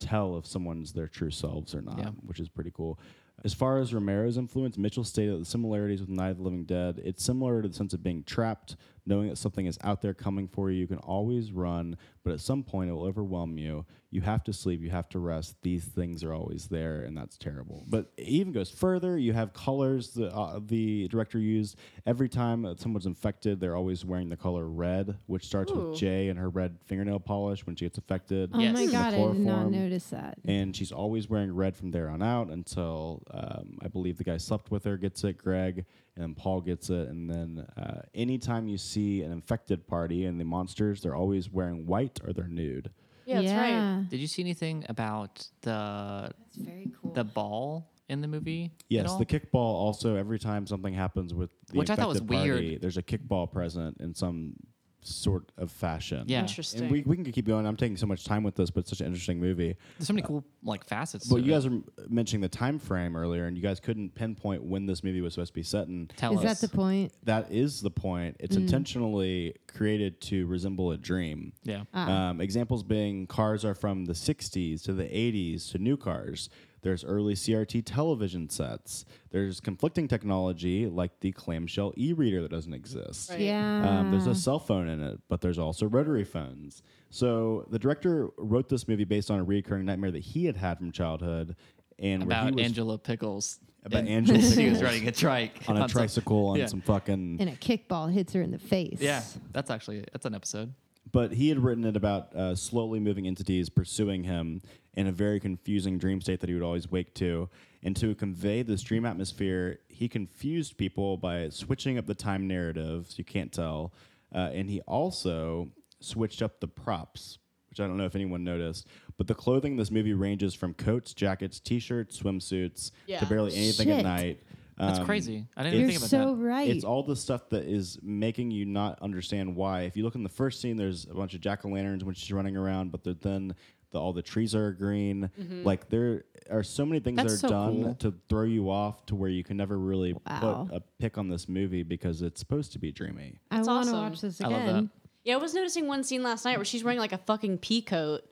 tell if someone's their true selves or not, which is pretty cool. As far as Romero's influence, Mitchell stated that the similarities with Night of the Living Dead, it's similar to the sense of being trapped, knowing that something is out there coming for you. You can always run, but at some point it will overwhelm you. You have to sleep, you have to rest. These things are always there, and that's terrible. But it even goes further. You have colors the uh, the director used every time that someone's infected. They're always wearing the color red, which starts with Jay and her red fingernail polish when she gets affected.
Oh my
Yes.
god, I did not
Chloroform.
notice that.
And she's always wearing red from there on out until um, I believe the guy slept with her gets it, Greg, and then Paul gets it. And then uh, anytime you see an infected party and the monsters, they're always wearing white or they're nude.
Yeah, that's right.
Did you see anything about the
Very cool.
the ball in the movie? at
Yes,
all?
the kickball also, every time something happens with the
Which I
infected
thought was
party,
weird.
there's a kickball present in some sort of fashion.
Yeah.
Interesting.
And we, we can keep going. I'm taking so much time with this, but it's such an interesting movie.
There's so many cool like facets.
Well,
to
you
it.
guys are mentioning the time frame earlier, and you guys couldn't pinpoint when this movie was supposed to be set in.
tell
Is
us.
that the point?
that is the point. It's intentionally created to resemble a dream.
Yeah.
Um, examples being cars are from the 60s to the 80s to new cars. There's early CRT television sets. There's conflicting technology like the clamshell e reader that doesn't exist.
Yeah.
Um,
Ah.
there's a cell phone in it, but there's also rotary phones. So the director wrote this movie based on a recurring nightmare that he had had from childhood, and where he
about
was
Angela Pickles?
About
And
Angela
[laughs] she was
Pickles.
riding a trike
on a
some-
tricycle on
yeah.
some fucking
and a kickball hits her in the face.
Yeah, that's actually that's an episode.
but he had written it about uh, slowly moving entities pursuing him in a very confusing dream state that he would always wake to. And to convey this dream atmosphere, he confused people by switching up the time narrative. So you can't tell. Uh, and he also switched up the props, which I don't know if anyone noticed. But the clothing in this movie ranges from coats, jackets, t shirts, swimsuits
Yeah.
to barely anything
Shit.
at night.
That's
Um,
crazy. I didn't
You're
even think about
so
that.
right.
it's all the stuff that is making you not understand why. If you look in the first scene, there's a bunch of jack o' lanterns when she's running around, but the- then the, all the trees are green.
Mm-hmm.
Like there are so many things
That's
that are
so
done
cool.
to throw you off to where you can never really
Wow.
put a pick on this movie because it's supposed to be dreamy.
I want to
awesome.
watch this
I
again.
love that.
Yeah, I was noticing one scene last night where she's wearing like a fucking pea coat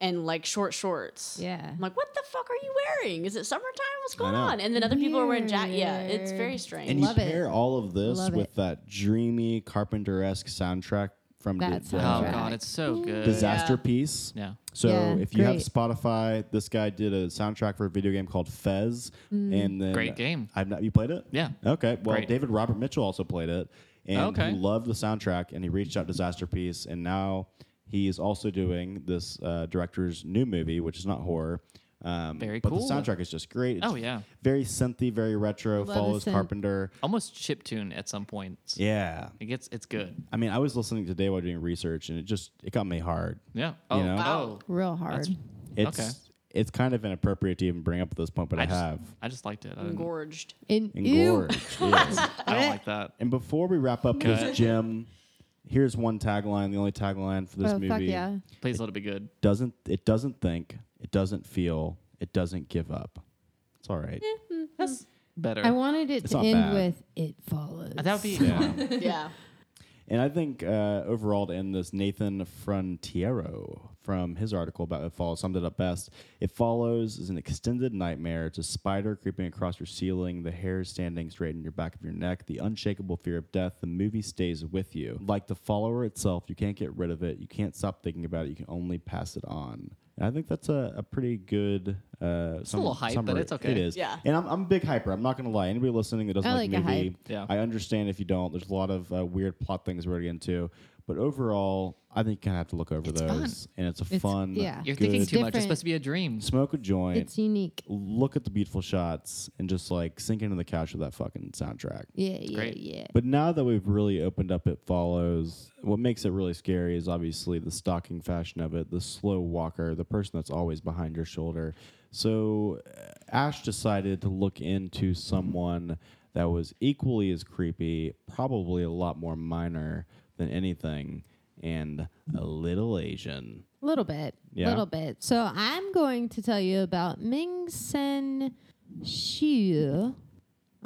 and like short shorts.
Yeah.
I'm like, what the fuck are you wearing? Is it summertime? What's going
know.
on? And then other people are wearing jack. Yeah, it's very
Weird.
strange.
And
Love
you
it.
pair all of this
Love
with
it.
that dreamy Carpenter esque soundtrack from
That
the,
Oh
soundtrack.
god, it's so good.
Disaster Piece.
Yeah.
So
Yeah,
if you have
great.
Spotify, this guy did a soundtrack for a video game called Fez,
Mm.
and then
Great game.
I've not you played it?
Yeah.
Okay. Well,
Great.
David Robert Mitchell also played it, and
Okay.
he loved the soundtrack, and he reached out to Disaster Piece, and now he is also doing this uh, director's new movie, which is not horror. Um,
Very
but
cool.
the soundtrack is just great. It's
Oh, yeah.
very synthy, very retro.
the
follows
synth.
Carpenter.
Almost chiptune at some point.
Yeah,
It gets it's good.
I mean, I was listening today while doing research, and it just it got me hard.
Yeah. Oh,
know?
wow.
Real hard.
It's
Okay.
it's kind of inappropriate to even bring up at this point, but I,
I just
have.
I just liked it. I, didn't-
[laughs]
Engorged.
And, ew.
Engorged. yes.
[laughs] I don't like that.
And before we wrap up this gym, here's one tagline, the only tagline for this
Oh,
movie.
fuck yeah.
Please let it be good.
Doesn't it doesn't think, it doesn't feel, it doesn't give up. It's all right.
Better.
I wanted it
It's
to
not
end
bad.
with it follows.
that would be
yeah.
And I think uh, overall to end this, Nathan Frontiero from his article about It Follows summed it up best. It Follows is an extended nightmare. It's a spider creeping across your ceiling, the hair standing straight in your back of your neck, the unshakable fear of death. The movie stays with you. Like the follower itself, you can't get rid of it. You can't stop thinking about it. You can only pass it on. And I think that's a, a pretty good. Uh, it's
a little hype, but it's okay.
It is.
Yeah.
And I'm, I'm a big hyper. I'm not going to lie. Anybody listening that doesn't
I
like,
like a
the movie,
hype.
Yeah.
I understand if you don't. There's a lot of uh, weird plot things we're going to get into. But overall, I think you kind of have to look over
It's
those,
fun.
and it's a
It's-
fun.
yeah.
You're thinking
good-
too much. It's
Different.
supposed to be a dream.
Smoke a joint.
It's unique.
look at the beautiful shots and just like sink into the couch with that fucking soundtrack.
Yeah, yeah,
great.
yeah.
But now that we've really opened up, it follows. What makes it really scary is obviously the stalking fashion of it, the slow walker, the person that's always behind your shoulder. So uh, Ash decided to look into someone that was equally as creepy, probably a lot more minor than anything, and a little Asian.
A little bit. A
Yeah.
little bit. So I'm going to tell you about Ming Sen Shiu.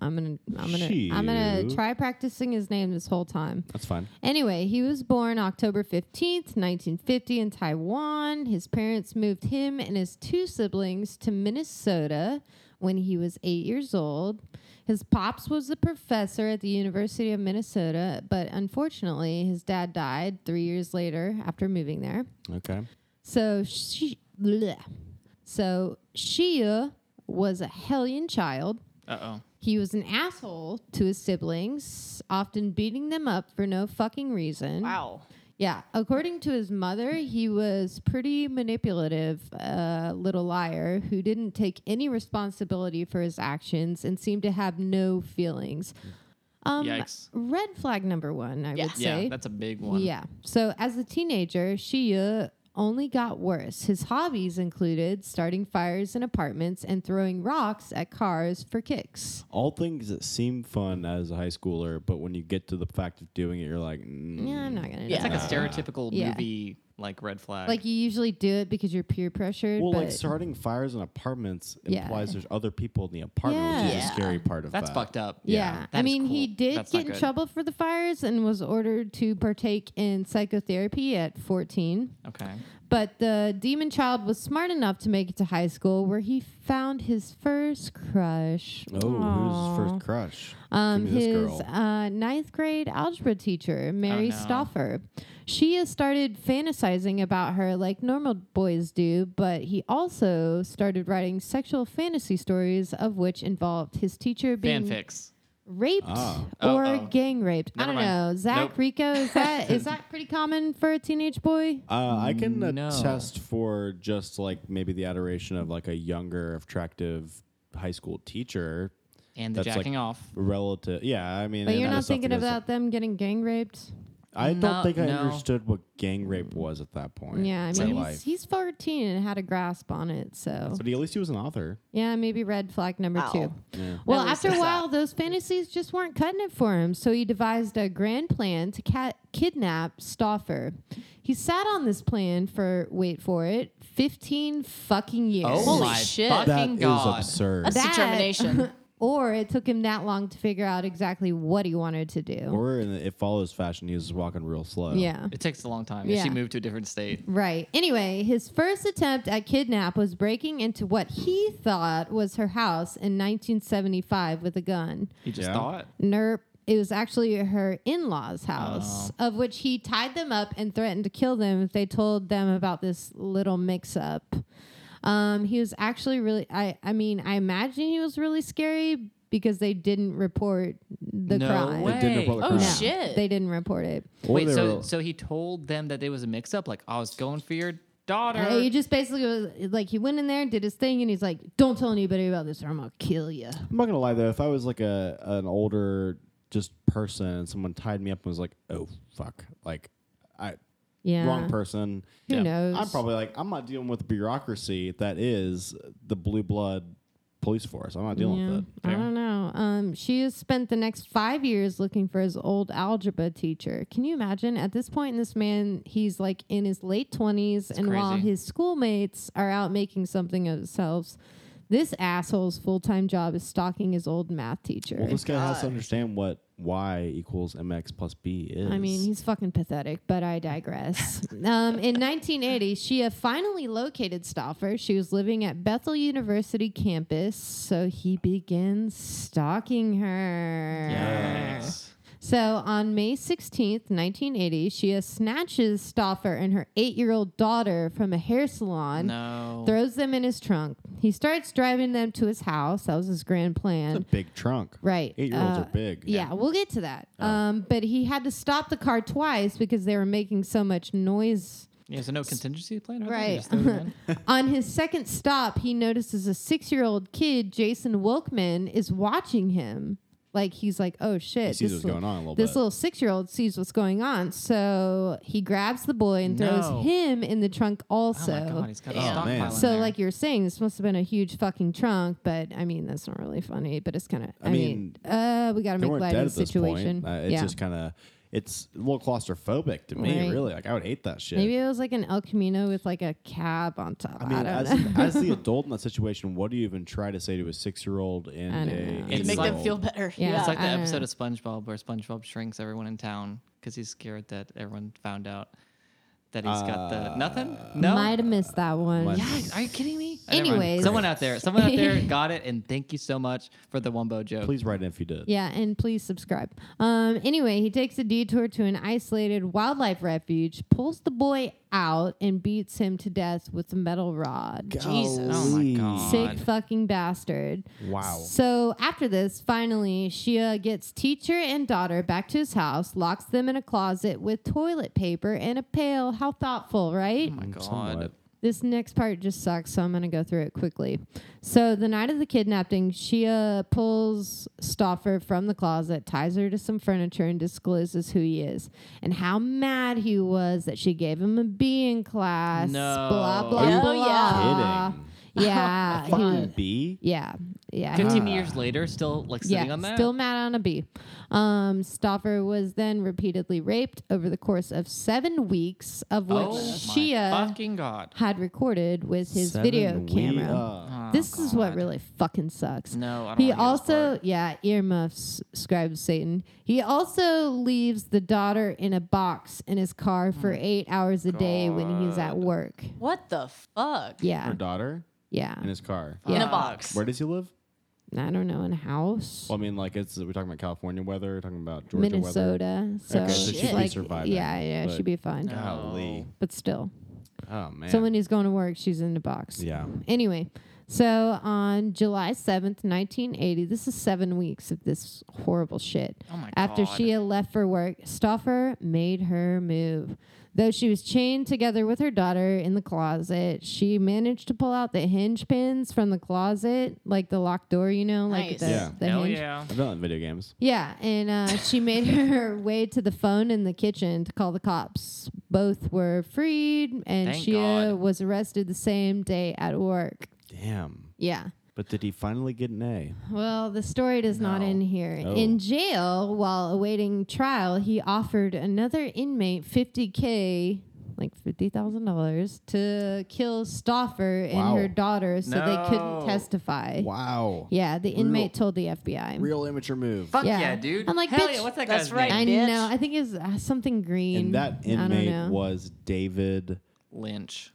I'm gonna I'm gonna I'm gonna
Shiu.
try practicing his name this whole time.
That's fine.
Anyway, he was born October 15th, 1950, in Taiwan. His parents moved him and his two siblings to Minnesota when he was eight years old. His pops was a professor at the University of Minnesota, but unfortunately, his dad died three years later after moving there.
Okay.
So she, bleh. so Shia was a hellion child.
Uh oh.
He was an asshole to his siblings, often beating them up for no fucking reason.
Wow.
Yeah. According to his mother, he was pretty manipulative, uh, little liar who didn't take any responsibility for his actions and seemed to have no feelings. Um,
Yikes.
Red flag number one, I would say.
Yeah, that's a big one.
Yeah. So as a teenager, Shiyu only got worse. His hobbies included starting fires in apartments and throwing rocks at cars for kicks.
All things that seem fun as a high schooler, but when you get to the fact of doing it, you're like, mm,
Yeah, I'm not gonna.
It's
do
like a
that.
stereotypical
Yeah.
movie like red flag.
Like you usually do it because you're peer pressured.
Well,
but
like starting fires in apartments
Yeah.
implies there's other people in the apartment, which is
Yeah.
the scary part of
that's
that.
fucked up.
Yeah.
That
I
is
mean, he
cool.
did
That's not
get in
good.
trouble for the fires and was ordered to partake in psychotherapy at 14.
Okay.
But the demon child was smart enough to make it to high school where he found his first crush.
Oh, who's his first crush?
Um,
Give me this
his
girl.
uh, ninth grade algebra teacher, Mary
no.
Stauffer. She has started fantasizing about her like normal boys do, but he also started writing sexual fantasy stories of which involved his teacher being
Fanfics.
raped
Ah.
Oh,
or
oh.
gang raped.
Never
I don't
mind.
know. Zach
Nope.
Rico,
[laughs]
is that is that pretty common for a teenage boy?
Uh, I can
Mm, No.
attest for just like maybe the adoration of like a younger, attractive high school teacher.
And the
That's like-
jacking off.
Relative, yeah. I mean,
But
and
you're
the
not
stuff
thinking
that goes-
about them getting gang raped.
I don't
No,
think I
no. Mm.
understood what gang rape was at that point.
Yeah, I
in my
mean he's,
life.
he's 14 and had a grasp on it, so
but he, at least he was an author.
Yeah, maybe red flag number
Ow.
two. Well,
At least
after a
it's
while, those fantasies just weren't cutting it for him, so he devised a grand plan to ca- kidnap Stauffer. He sat on this plan for, wait for it, 15 fucking years.
Oh
Holy
my
shit.
fucking
That is
god.
absurd.
That's
That- [laughs]
determination.
or it took him that long to figure out exactly what he wanted to do.
or in the, it follows fashion. He was just walking real
Oh,
slow.
yeah.
It takes a long time.
Yeah.
She moved to a different state.
Right. Anyway, his first attempt at kidnap was breaking into what he thought was her house in 1975 with a gun.
He just
Yeah.
thought.
Nerp. It was actually her in law's house,
Oh.
of which he tied them up and threatened to kill them if they told them about this little mix up. Um, he was actually really, I, I mean, I imagine he was really scary because they didn't report the
no
crime.
way.
They didn't report the
Oh,
crime.
No,
Shit.
They didn't report it.
Or
Wait,
they
so
were-
so he told them that it was a mix up, like I was going for your daughter.
Uh, he just basically was like, he went in there, did his thing, and he's like, don't tell anybody about this or I'm going to kill you.
I'm not gonna lie though, if I was like a an older just person and someone tied me up and was like, "Oh fuck," like I
Yeah.
wrong person.
Who knows?
I'm probably like, I'm not dealing with the bureaucracy that is the blue blood police force. I'm not dealing
Yeah,
with it.
I don't know. Um, she has spent the next five years looking for his old algebra teacher. Can you imagine? At this point in this man, he's like in his late twenties, and while
crazy.
his schoolmates are out making something of themselves, this asshole's full time job is stalking his old math teacher.
Well, this guy has to understand what y equals mx plus b is.
I mean, he's fucking pathetic, but I digress. um, in 1980, Shia uh, finally located Stauffer. She was living at Bethel University campus, so he begins stalking her.
Yikes.
So on May 16th, 1980, she uh, snatches Stauffer and her eight year old daughter from a hair salon,
No.
throws them in his trunk. He starts driving them to his house. That was his grand plan.
It's a big trunk.
Right.
Eight year olds
Uh,
are big. Oh.
Yeah, we'll get to that. Um, but he had to stop the car twice because they were making so much noise.
Yeah, so no contingency plan. for that? You
Right.
just throw them [laughs] in?
[laughs] On his second stop, he notices a six year old kid, Jason Wilkman, is watching him. Like he's like, oh shit.
sees
this
what's
little-
going on a little
This
bit.
little six year old sees what's going on. So he grabs the boy and throws
No.
him in the trunk also.
oh my god, he's got a
Damn.
stockpile.
man.
in
so
there.
like you're saying, this must have been a huge fucking trunk, but I mean that's not really funny, but it's kinda I,
I
mean, uh we gotta
They
make
weren't
light
dead
of
at
the
this
situation.
point. Uh, it's
yeah.
just kind of, it's a little claustrophobic to me,
Right.
really. Like, I would hate that shit.
Maybe it was like an El Camino with like a cab on top.
I mean,
don't
as,
know.
[laughs] as
[laughs]
the adult in that situation, what do you even try to say to a six year old and
I
a
don't know.
to
It's
make
like-
them feel better. Oh.
Yeah.
it's like the
I don't
episode
know.
of SpongeBob where SpongeBob shrinks everyone in town because he's scared that everyone found out that he's got
Uh,
the nothing. No,
might have missed that one.
Might-
Guys, are you kidding me? Uh, never mind.
Anyways.
someone out there, someone out
[laughs]
there got it, and thank you so much for the Wumbo joke.
Please write in if you did.
Yeah, and please subscribe. Um, anyway, he takes a detour to an isolated wildlife refuge, pulls the boy out, and beats him to death with a metal rod.
Jesus.
Oh my god.
Sick fucking bastard.
Wow.
So after this, finally, Shia gets teacher and daughter back to his house, locks them in a closet with toilet paper and a pail. How thoughtful, right?
Oh my god.
Somewhat.
This next part just sucks, so I'm going to go through it quickly. So, the night of the kidnapping, Shia pulls Stauffer from the closet, ties her to some furniture, and discloses who he is and how mad he was that she gave him a B in class.
No.
Blah, blah,
Are you
blah.
kidding? [laughs]
Yeah. he was-
Fucking B.
yeah. Yeah. he
15 years later, still like sitting
Ah. yeah,
on that.
Still mad on a B. Um, Stauffer was then repeatedly raped over the course of seven weeks, of which
oh my
Shia
fucking god.
had recorded with his
Seven
video
we-
camera.
uh,
Oh,
this is what
God.
really fucking sucks.
No, I don't wanna
He
hear this
also,
part.
yeah, earmuffs, scribe Satan. He also leaves the daughter in a box in his car
Oh
for eight hours a day when he's at work.
What the fuck?
Yeah.
Her daughter
Yeah.
in his car.
In a
Yeah.
box.
Where does he live?
I don't know, in a house.
Well, I mean, like it's we're talking about California weather, we're talking about Georgia weather.
Minnesota. So,
Okay, so she'd be
like,
surviving,
Yeah, yeah,
but-
she'd be fine.
Golly.
But still,
Oh man.
so when he's going to work, she's in the box.
Yeah.
Anyway, so on July 7th, 1980, this is seven weeks of this horrible shit.
Oh my
After
God.
Shia left for work, Stauffer made her move. Though she was chained together with her daughter in the closet, she managed to pull out the hinge pins from the closet, like the locked door, you know, like
Nice.
the,
Yeah.
the
Hell
hinge.
yeah.
I've done video games.
Yeah, and uh, she
[laughs]
made her way to the phone in the kitchen to call the cops. Both were freed, and
Thank
Shia
God.
was arrested the same day at work.
Damn.
Yeah.
But did he finally get an A?
Well, the story does not
No.
end here.
Oh.
In jail, while awaiting trial, he offered another inmate 50K, like $50,000, to kill Stauffer and
Wow.
her daughter so they
No.
couldn't testify.
Wow.
Yeah, the inmate told the FBI.
Real immature move.
Fuck
Yeah.
yeah, dude.
I'm like,
Hell
bitch,
yeah, what's that
that's
guy's
right.
name?
I
bitch.
know. I think it's uh, something green.
And that
I don't
inmate
know.
was David
Lynch.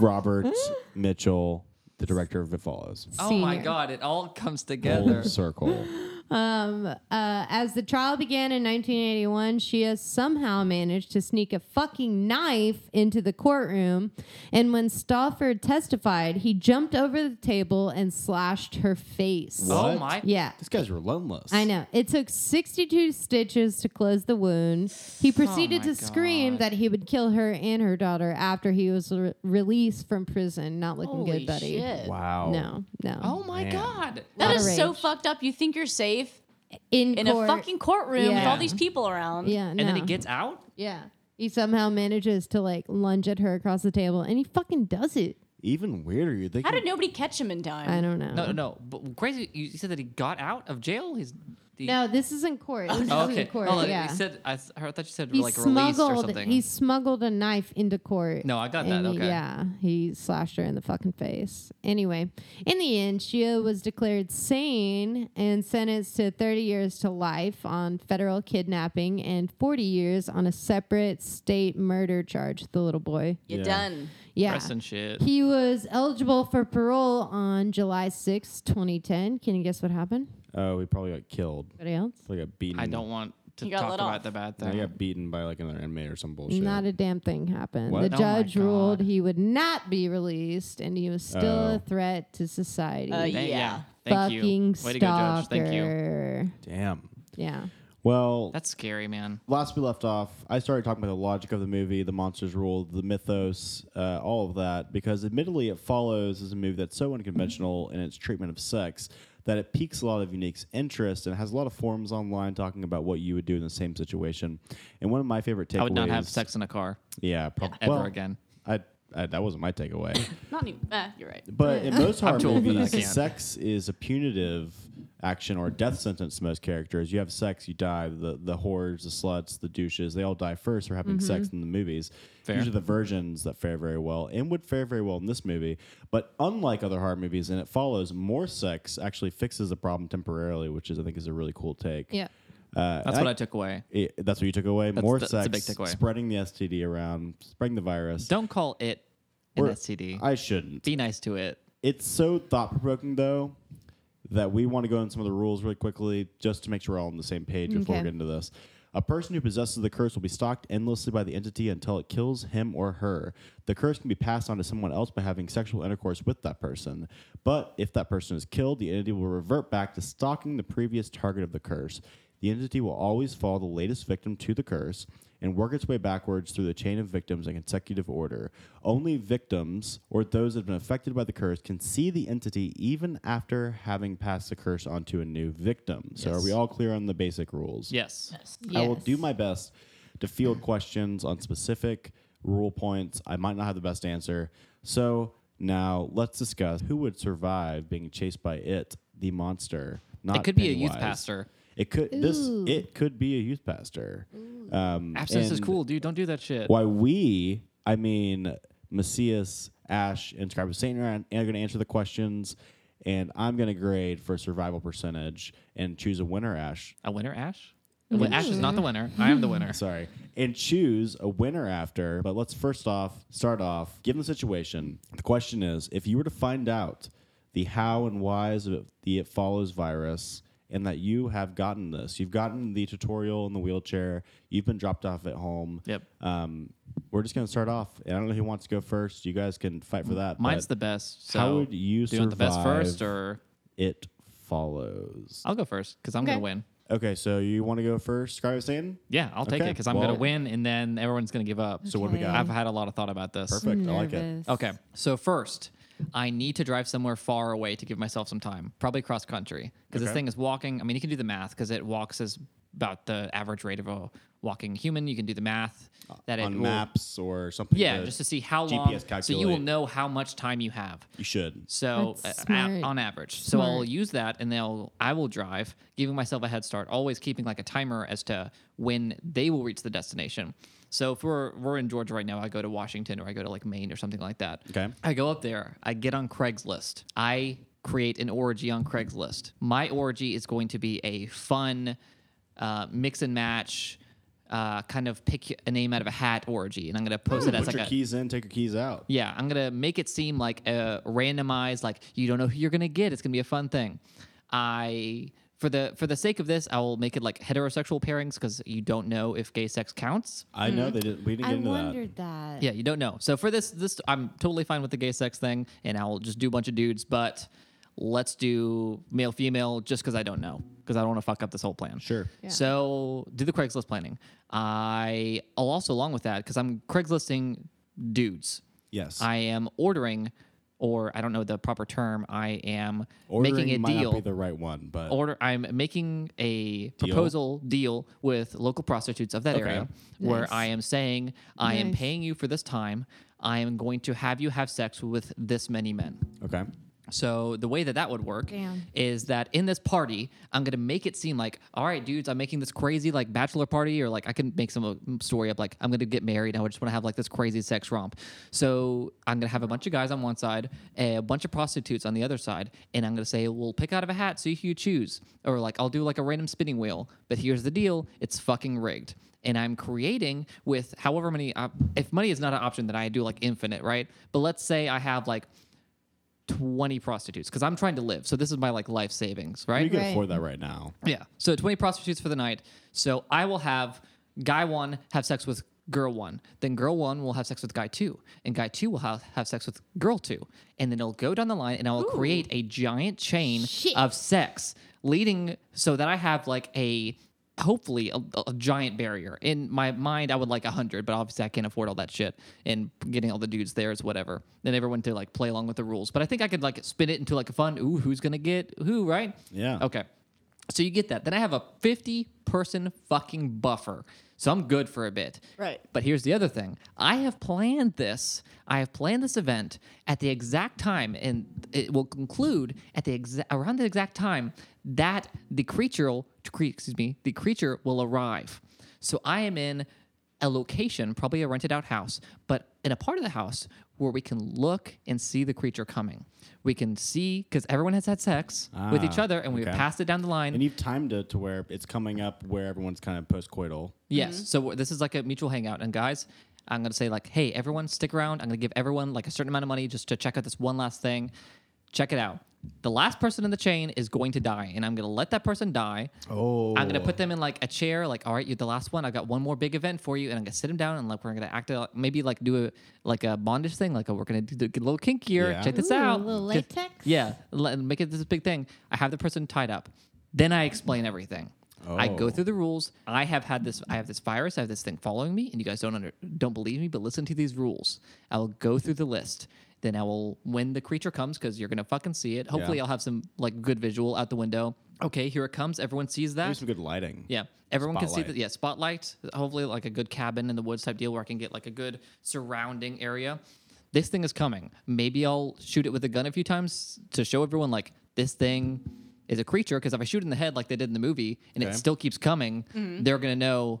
Robert
Mm.
Mitchell, the director of It Follows.
Oh my
Senior.
god, it all comes together.
Full circle.
Uh, as the trial began in 1981, she has somehow managed to sneak a fucking knife into the courtroom. And when Stauffer testified, he jumped over the table and slashed her face.
Oh
What?
my
Yeah.
This guy's relentless.
I know. It took 62 stitches to close the wound. He proceeded
Oh my
to scream
God.
that he would kill her and her daughter after he was re- released from prison. Not looking
Holy
good, buddy.
shit.
Wow.
No, no.
Oh my god.
That is so
Outrage.
fucked up. You think you're safe
in,
in
court-
a fucking courtroom with
Yeah.
all these people around.
Yeah,
And then he
no.
gets out?
Yeah. He somehow manages to like lunge at her across the table and he fucking does it.
Even weirder. You think
How did nobody catch him in time?
I don't know.
No, no, but crazy. You said that he got out of jail. He's the,
No, this isn't court. This
Oh,
isn't
okay.
court.
Hold on,
yeah.
He said I, s- I thought you said
He
like released or
smuggled
something.
he smuggled a knife into court.
No, I got that,
and he-
okay.
Yeah. He slashed her in the fucking face. Anyway, in the end, Shia was declared sane and sentenced to 30 years to life on federal kidnapping and 40 years on a separate state murder charge, the little boy.
You're
Yeah.
done.
Yeah.
Press and shit.
He was eligible for parole on July sixth, 2010. Can you guess what happened?
Oh, he probably got killed.
Anybody else?
Probably got beaten.
I don't want to
You got
talk
let
about
off.
the bad
No, he
thing.
got beaten by like another inmate or some bullshit.
Not a damn thing happened.
What?
The
Oh my
judge
God.
ruled he would not be released, and he was still
Oh.
a threat to society.
Uh,
Thank-
Yeah.
Thank
Fucking
you. Way to go, Judge. Thank you.
stalker.
Damn.
Yeah.
Well,
That's scary, man.
last we left off, I started talking about the logic of the movie, the monsters rule, the mythos, uh, all of that, because admittedly, it follows is a movie that's so unconventional in its treatment of sex that it piques a lot of unique's interest and has a lot of forums online talking about what you would do in the same situation. And one of my favorite takeaways,
I would not have sex in a car
Yeah, probably
ever again.
I, I that wasn't my takeaway. [laughs]
Not new. Eh, you're right.
But in most horror
too old for that,
movies,
I can't.
sex is a punitive action or death sentence. to Most characters, you have sex, you die. The the whores, the sluts, the douches, they all die first for having sex
Mm-hmm.
in the movies. Usually the virgins that fare very well and would fare very well in this movie. But unlike other horror movies, and it follows, more sex actually fixes the problem temporarily, which is I think is a really cool take.
Yeah.
That's what I took away.
It- that's what you took away. more
that's a
sex,
big takeaway.
spreading the STD around, spreading the virus.
Don't call it an
Or-
STD.
I shouldn't.
Be nice to it.
it's so thought provoking though that we want to go into some of the rules really quickly just to make sure we're all on the same page before we
Okay.
get into this. A person who possesses the curse will be stalked endlessly by the entity until it kills him or her. The curse can be passed on to someone else by having sexual intercourse with that person. But if that person is killed, the entity will revert back to stalking the previous target of the curse. The entity will always follow the latest victim to the curse and work its way backwards through the chain of victims in consecutive order. Only victims or those that have been affected by the curse can see the entity even after having passed the curse onto a new victim. So, are we all clear on the basic rules?
Yes.
I will do
Yes.
my best to field questions on specific rule points. I might not have the best answer. So now let's discuss who would survive being chased by it, the monster. Not
could be a youth
Pennywise.
pastor.
It could this
Ooh.
it could be a youth pastor. Um,
Abstinence is
and
cool, dude. Don't do that shit.
Why we? I mean, Messias, Ash, and Scribe of Satan are, are going to answer the questions, and I'm going to grade for survival percentage and choose a winner. Ash,
A winner, Ash? Well, Ash is not the winner. I am
[laughs]
the winner.
Sorry. And choose a winner after. But let's first off start off. Given the situation, the question is if you were to find out the how and whys of the It Follows virus and that you have gotten this, you've gotten the tutorial in the wheelchair, you've been dropped off at home.
Yep.
Um, we're just going to start off. And I don't know who wants to go first. You guys can fight for that.
Mine's the
but
best. So
how would you
do you want the best
survive-
first, or
It Follows.
I'll go first because I'm gonna
Okay.
win.
Okay, so you want to go first, Scribe of Satan?
Yeah, I'll take it
Okay,
because I'm
well-
gonna win, and then everyone's gonna give up.
So what do we got?
I've had a lot of thought about this.
Perfect. I like it.
Nervous.
Okay. So first, I need to drive somewhere far away to give myself some time, probably cross country, because this
Okay.
thing is walking. I mean, you can do the math because it walks as about the average rate of a walking human. You can do the math that it
Uh, on
will-
maps or something.
Yeah,
to
just to see how
GPS
long. So you will
calculate.
know how much time you have.
You should.
So
That's
uh, a-
smart.
on average, so I'll
Smart.
use that, and they'll I will drive, giving myself a head start, always keeping like a timer as to when they will reach the destination. So if we're we're in Georgia right now, I go to Washington or I go to like Maine or something like that.
Okay.
I go up there. I get on Craigslist. I create an orgy on Craigslist. My orgy is going to be a fun uh, mix and match. Uh, kind of pick a name out of a hat orgy, and I'm gonna post it as
Put
like
your
a
keys in, take your keys out.
yeah, I'm gonna make it seem like a randomized, like you don't know who you're gonna get. It's gonna be a fun thing. I for the for the sake of this, I will make it like heterosexual pairings because you don't know if gay sex counts.
I know they didn't. We didn't
Mm-hmm. I
get into
wondered that.
Yeah, you don't know. So for this, this I'm totally fine with the gay sex thing, and I'll just do a bunch of dudes. But let's do male female just because I don't know because I don't want to fuck up this whole plan.
Sure.
So do the Craigslist planning. I I'll also along with that because I'm Craigslisting dudes.
Yes.
I am ordering, or I don't know the proper term. I am
Ordering
making a
might
deal
Not be the right one, but
order I'm making a proposal deal with local prostitutes of that area where I am saying I am
Nice.
paying you for this time. I am going to have you have sex with this many men.
okay.
So the way that that would work
Damn.
is that in this party, I'm gonna make it seem like, all right, dudes, I'm making this crazy like bachelor party, or like I can make some uh, story up like I'm gonna get married. and I just want to have like this crazy sex romp. So I'm gonna have a bunch of guys on one side, a bunch of prostitutes on the other side, and I'm gonna say, well, pick out of a hat, see who you choose, or like I'll do like a random spinning wheel. But here's the deal: it's fucking rigged. And I'm creating with however uh, many, op- if money is not an option, then I do like infinite, right? But let's say I have like 20 prostitutes because I'm trying to live. So this is my like life savings, right?
You can
Right.
afford that right now.
Yeah. So 20 prostitutes for the night. So I will have guy one have sex with girl one. Then girl one will have sex with guy two. And guy two will have, have sex with girl two. And then it'll go down the line and I'll create a giant chain
Shit.
of sex, leading so that I have like a hopefully a, a giant barrier in my mind i would like 100 but obviously i can't afford all that shit and getting all the dudes there is whatever then everyone to like play along with the rules but i think i could like spin it into like a fun ooh who's gonna get who right
Yeah.
okay so you get that. Then I have a 50 person fucking buffer. So I'm good for a bit.
Right.
But here's the other thing I have planned this. I have planned this event at the exact time, and it will conclude at the exa- around the exact time that the creature, will- cre- excuse me, the creature will arrive. So I am in a location, probably a rented out house, but in a part of the house where we can look and see the creature coming. We can see because everyone has had sex with each
Ah,
other, and we've
okay.
passed it down the line.
And you've timed it to where it's coming up where everyone's kind of post coital.
Yes. So we're- this is like a mutual hangout. And guys, I'm going to say, like, hey, everyone, stick around. I'm going to give everyone like a certain amount of money just to check out this one last thing. Check it out. The last person in the chain is going to die, and I'm going to let that person die. Oh. I'm going to put them in like a chair, like, all right, you're the last one. I've got one more big event for you, and I'm going to sit them down, and like, we're going to act out, maybe like do a like a bondage thing, like, oh, we're going to do the, get a little kinkier.
Yeah.
Check this
Ooh, a
out.
little
Just-
latex?
Yeah, le- make it this big thing. I have the person tied up. Then I explain everything. I go
Oh.
through the rules. I have had this. I have this virus. I have this thing following me, and you guys don't under, don't believe me, but listen to these rules. I will go through the list. Then I will when the creature comes because you're gonna fucking see it. Hopefully,
Yeah.
I'll have some like good visual out the window. Okay, here it comes. Everyone sees that.
There's some good lighting.
Yeah, everyone can see
Spotlight.
that. Yeah, spotlight. Hopefully, like a good cabin in the woods type deal where I can get like a good surrounding area. This thing is coming. Maybe I'll shoot it with a gun a few times to show everyone like this thing is a creature. Because if I shoot it in the head like they did in the movie and it
Okay.
still keeps coming, they're gonna
Oh.
know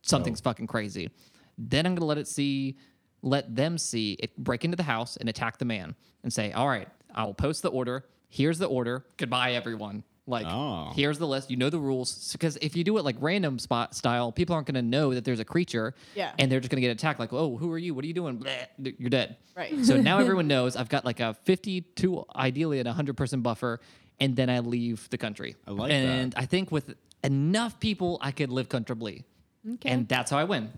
something's fucking crazy. Then I'm gonna let it see, let them see it break into the house and attack the man and say, "All right, I will post the order. Here's the order. Goodbye, everyone." Like
Oh.
here's the list. You know the rules because if you do it like random spot style, people aren't gonna know that there's a creature.
Yeah.
and they're just gonna get attacked. Like, oh, who are you? What are you doing? Bleh, th- you're dead.
Right.
So
[laughs]
now everyone knows. I've got like a 52, ideally at a 100 person buffer, and then I leave the country. I
like that.
And I think with enough people, I could live comfortably.
Okay.
And that's how I win.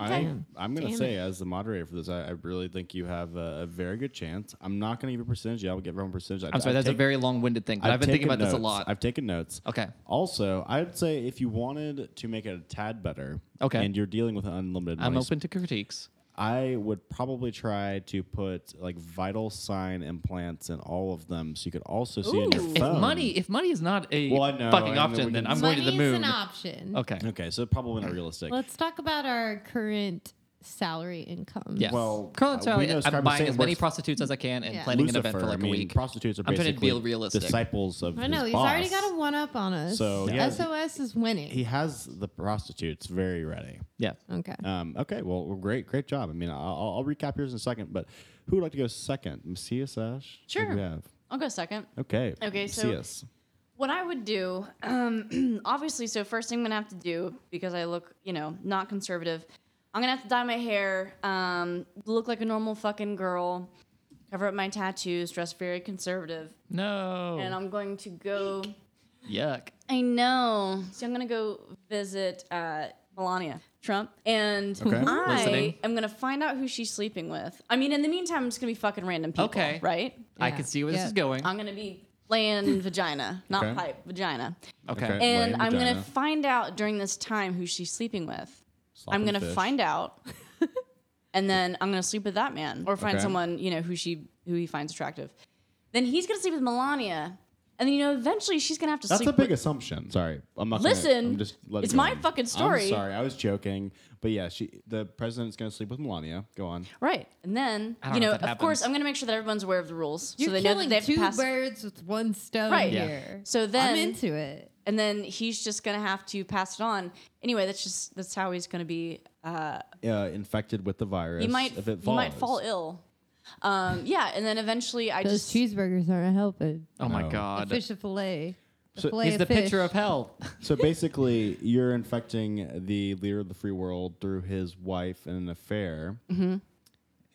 I, I'm going to say, as the moderator for this, I, I really think you have a, a very good chance. I'm not going to give you a percentage. I will give everyone a percentage.
I'm sorry, that's a very long winded thing, but I've, been thinking about
taken
this a
notes.
lot.
I've taken notes.
Okay.
Also, I'd say if you wanted to make it a tad better,
Okay.
and you're dealing with an unlimited,
I'm
money,
open to critiques.
I would probably try to put like vital sign implants in all of them, so you could also see in your
If
phone.
money, if money is not a
Well, I know,
fucking
and then
option,
we
then
can-
I'm going to
Money
the
is
moon.
an option.
Okay.
Okay, so probably not realistic.
Let's talk about our current salary income.
Yes.
Well,
Current
uh,
salary,
we know
I'm
Scribe
buying
Satan
as many
works-
prostitutes as I can and
Yeah.
planning an event for
Lucifer,
like
I mean,
a week.
prostitutes are
I'm trying
basically
to be realistic.
disciples of
I
his
know he's
boss.
already got a one up on us.
So,
The
yeah.
SOS is winning.
He has the prostitutes very ready.
Yeah.
okay.
Uh,
Um, okay, well, well, great, great job. I mean, I'll, I'll I'll recap yours in a second, but who would like to go second? Messias Ash? Who do
Sure.
we have?
I'll go second.
Okay.
Okay, so-
Macias.
What I would do, um, [clears throat] obviously, so first thing I'm gonna have to do because I look, you know, not conservative. I'm gonna have to dye my hair, um, look like a normal fucking girl, cover up my tattoos, dress very conservative,
No.
and I'm going to go.
Yuck.
I know. So I'm gonna go visit uh, Melania Trump, and
Okay.
I
Listening.
am gonna find out who she's sleeping with. I mean, in the meantime, I'm just gonna be fucking random people,
Okay.
right?
I
Yeah.
can see where this
Yeah.
is going.
I'm gonna be
[laughs]
laying vagina, not
Okay.
pipe, vagina.
okay.
Okay.
And
Laying
I'm going
vagina.
to find out during this time who she's sleeping with. I'm
Slopping
going to
fish. [laughs]
find out. and then I'm going to sleep with that man or find
Okay.
someone, you know, who she who he finds attractive. Then he's going to sleep with Melania. And then you know eventually she's going to have to
That's
sleep
a big
with
assumption. Sorry, I'm not.
Listen,
gonna, I'm just let it
it's
go
my
on.
fucking story.
I'm sorry, I was joking, but yeah, she the president's gonna sleep with Melania. Go on.
Right. And then
don't
you
know
know,
if
of
that
course
happens.
I'm going to make sure that everyone's aware of the rules
You're
so they know that
killing
they have
two
to pass
birds with one stone
Right. Yeah.
here.
So then-
I'm into it.
and then he's just going to have to pass it on. Anyway, that's just that's how he's going to be
Uh, infected with the virus.
you might
If it
you might fall
follows.
ill. Um, yeah, and then eventually I
Those
just
cheeseburgers aren't helping.
Oh my
No.
The
God.
fish fillet. The
So
fillet
He's
of
the
fish.
picture of
[laughs]
hell.
So basically, you're infecting the leader of the free world through his wife in an affair, and um,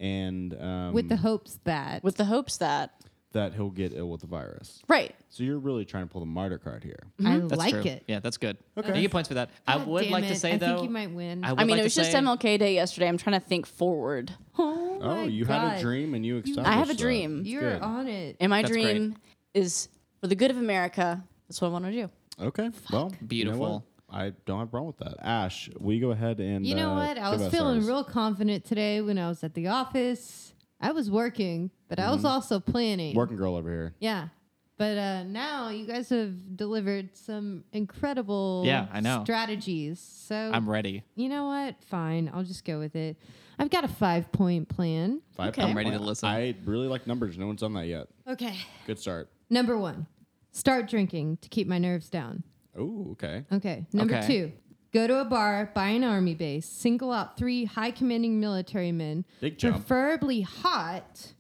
Mm-hmm. with the hopes that
with the hopes that
that he'll get ill with the virus.
Right.
So you're really trying to pull the martyr card here.
Mm-hmm.
I
That's
like
true.
it.
Yeah, that's good.
Okay.
You get points for that. I
God
would
damn
like to
it.
say
I
though,
think you might win.
I, would
I mean,
like
it was
to
just
say,
MLK Day yesterday. I'm trying to think forward.
Oh,
Oh,
my
you
God.
had a dream and you established.
I have a
that.
dream.
It's
You're
good.
on it.
And my
That's great.
dream is for the good of America. That's what I want to do.
Okay. Well,
Beautiful.
You know what? I don't have a problem with that. Ash, will you go ahead and
You know
uh,
what? I
give
was
us
feeling
ours?
real confident today when I was at the office. I was working, but I
Mm-hmm.
was also planning.
working girl over here.
Yeah. But uh, now you guys have delivered some incredible
Yeah, I know.
strategies. So
I'm ready.
you know what? Fine. I'll just go with it. I've got a five point plan.
Five
Okay. I'm
point
ready to
plan.
listen.
I really like numbers. No one's done that yet.
Okay.
Good start.
Number one, start drinking to keep my nerves down.
Oh, okay.
Okay. Number
Okay.
two, go to a bar, buy an army base, single out three high commanding military men,
Big jump.
preferably hot,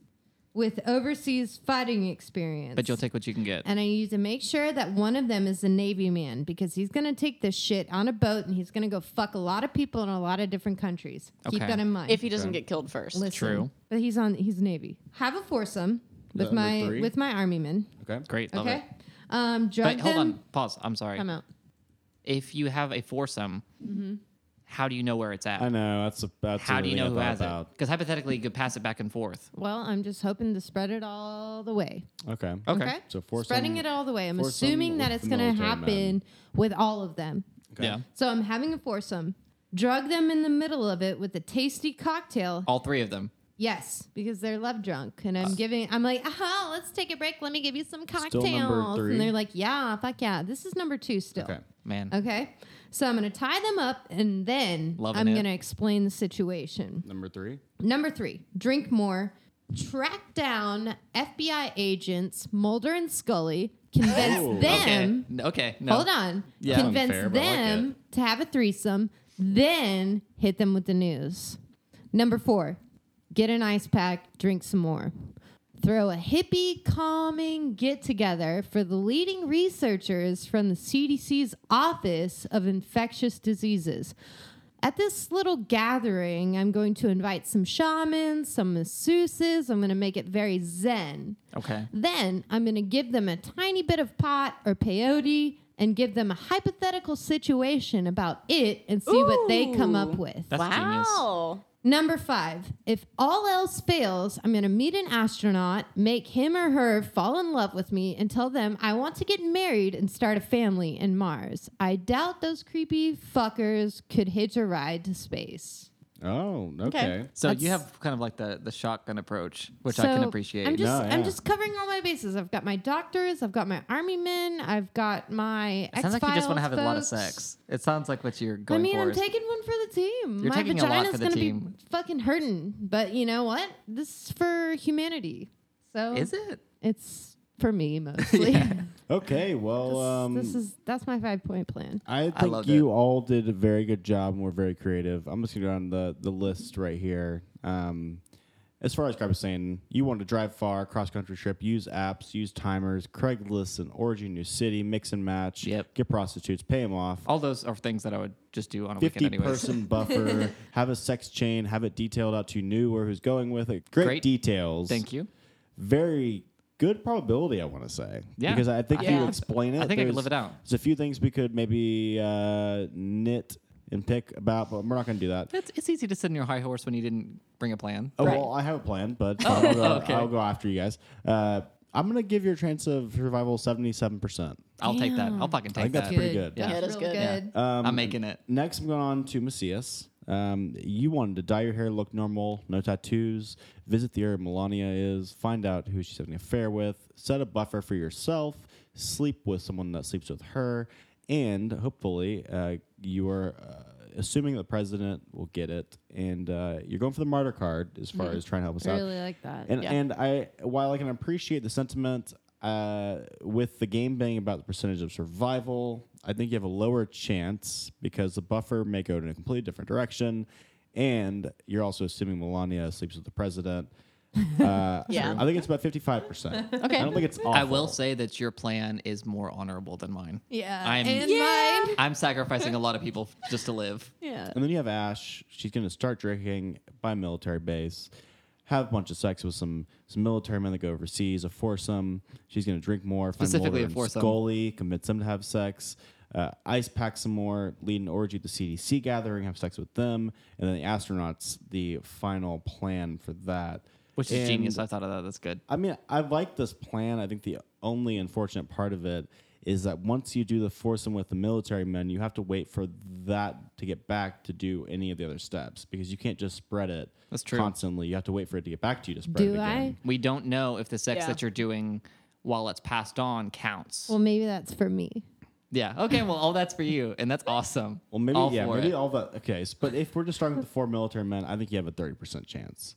with overseas fighting experience.
But you'll take what you can get.
and I need to make sure that one of them is a Navy man because he's going to take this shit on a boat and he's going to go fuck a lot of people in a lot of different countries. Keep
Okay.
that in mind.
If he doesn't get killed first.
Listen,
True.
but he's on he's Navy. Have a foursome with
Number
my
three?
with my army men.
Okay.
Great. Love
Okay,
it.
um, drug
But hold
them.
on. Pause. I'm sorry.
Come Mm-hmm. out.
If you have a foursome, how do you know where it's at?
I know that's a, that's
How do you know who has it?
about.
Because hypothetically, you could pass it back and forth.
Well, I'm just hoping to spread it all the way.
Okay.
Okay.
Okay.
So foursome-
spreading it all the way. I'm
foursome
assuming that
with
it's
the
going to
military
happen
men.
with all of them.
Yeah.
So I'm having a foursome. Drug them in the middle of it with a tasty cocktail.
All three of them.
Yes, because they're love drunk, and I'm giving. I'm like, aha, let's take a break. Let me give you some cocktails.
number three?
And they're like, yeah, fuck yeah. This is number two still.
Okay.
Man.
Okay. So I'm gonna tie them up, and then
Loving
I'm
it.
gonna explain the situation.
Number three.
Number three, drink more. Track down FBI agents Mulder and Scully. Convince
Oh.
them.
Okay. Okay. No.
Hold on.
Yeah.
Convince
Unfair, but I like
them to have a threesome, then hit them with the news. Number four, get an ice pack, drink some more. Throw a hippie calming get together for the leading researchers from the CDC's Office of Infectious Diseases. At this little gathering, I'm going to invite some shamans, some masseuses. I'm going to make it very zen.
Okay.
Then I'm going to give them a tiny bit of pot or peyote and give them a hypothetical situation about it and see what they come up
Ooh.
with.
That's genius.
Wow.
Number five, if all else fails, I'm going to meet an astronaut, make him or her fall in love with me, and tell them I want to get married and start a family in Mars. I doubt those creepy fuckers could hitch a ride to space.
Oh, okay.
So you
That's-
have kind of like the the shotgun approach, which I can
So,
appreciate.
I'm just
No,
I'm
yeah.
just covering all my bases. I've got my doctors, I've got my army men, I've got my
it sounds like you just
want to
have a lot of sex. It sounds like what you're
I
going
mean,
for.
I'm
is-
taking one for the team.
You're
my
taking a lot
vagina's
for the
gonna
team.
be fucking hurting, but you know what? This is for humanity. So
is it?
It's for
[laughs]
me mostly.
Okay. Well,
This,
um,
this is that's my five point plan.
I
I
think
loved
you
it.
all did a very good job and were very creative. I'm just gonna go down the, the list right here. Um, as far as Greg was saying, you want to drive far, cross country trip, use apps, use timers, Craigslist and Orgy New City, mix and match,
Yep.
get prostitutes, pay them off.
All those are things that I would just do on a
50
weekend, anyways.
person buffer, have a sex chain, have it detailed out to you knew where who's going with it. Great,
Great.
details.
Thank you.
Very good probability, I want to say.
Yeah.
Because I think
I
if
think-
you explain it.
I think I could
there's-
live it out.
There's a few things we could maybe uh, knit and pick about, but we're not going to do that.
That's, it's easy to sit on your high horse when you didn't bring a plan.
Oh, well, I have a plan,
[laughs]
but I'll, go,
Oh, okay.
I'll go after you guys. Uh, I'm going to give your chance of survival 77%.
I'll take that. I'll fucking take
think that's
that.
pretty good. Um,
Yeah.
Yeah, it is
Real
good.
Yeah.
good.
I'm making it.
Next, I'm going on to Macias. Um, you wanted to dye your hair, look normal, no tattoos, visit the area Melania is, find out who she's having an affair with, set a buffer for yourself, sleep with someone that sleeps with her, and hopefully uh, you are uh, assuming the president will get it, and uh, you're going for the martyr card as far as trying to help us
I
out.
really like that.
And and I while I can appreciate the sentiment uh, with the game being about the percentage of survival, I think you have a lower chance because the buffer may go in a completely different direction, and you're also assuming Melania sleeps with the president. Uh,
Yeah.
I think it's about fifty five percent. Okay, I don't think it's. Awful.
I will say that your plan is more honorable than mine.
yeah.
I'm-
and mine.
I'm sacrificing a lot of people f- just to live.
Yeah.
And then you have Ash. She's going to start drinking by military base. have a bunch of sex with some some military men that go overseas, a foursome. She's gonna drink more, find Mulder
Specifically a
and
foursome.
Scully, convince them to have sex. Uh, ice pack some more, lead an orgy at the CDC gathering, have sex with them, and then the astronauts. The final plan for that,
Which is genius.
And-
I thought of that. That's good.
I mean, I like this plan. I think the only unfortunate part of it is that once you do the foursome with the military men, you have to wait for that to get back to do any of the other steps because you can't just spread it
That's true.
constantly. You have to wait for it to get back to you to spread it
Do
again.
I?
We don't know if the sex
Yeah.
that you're doing while it's passed on counts.
Well, maybe that's for me.
yeah. Okay. Well, all that's for you, and that's awesome.
Well, maybe
all
yeah,
for
maybe
it.
all the okay. s- But if we're just starting with the four military men, I think you have a thirty percent chance.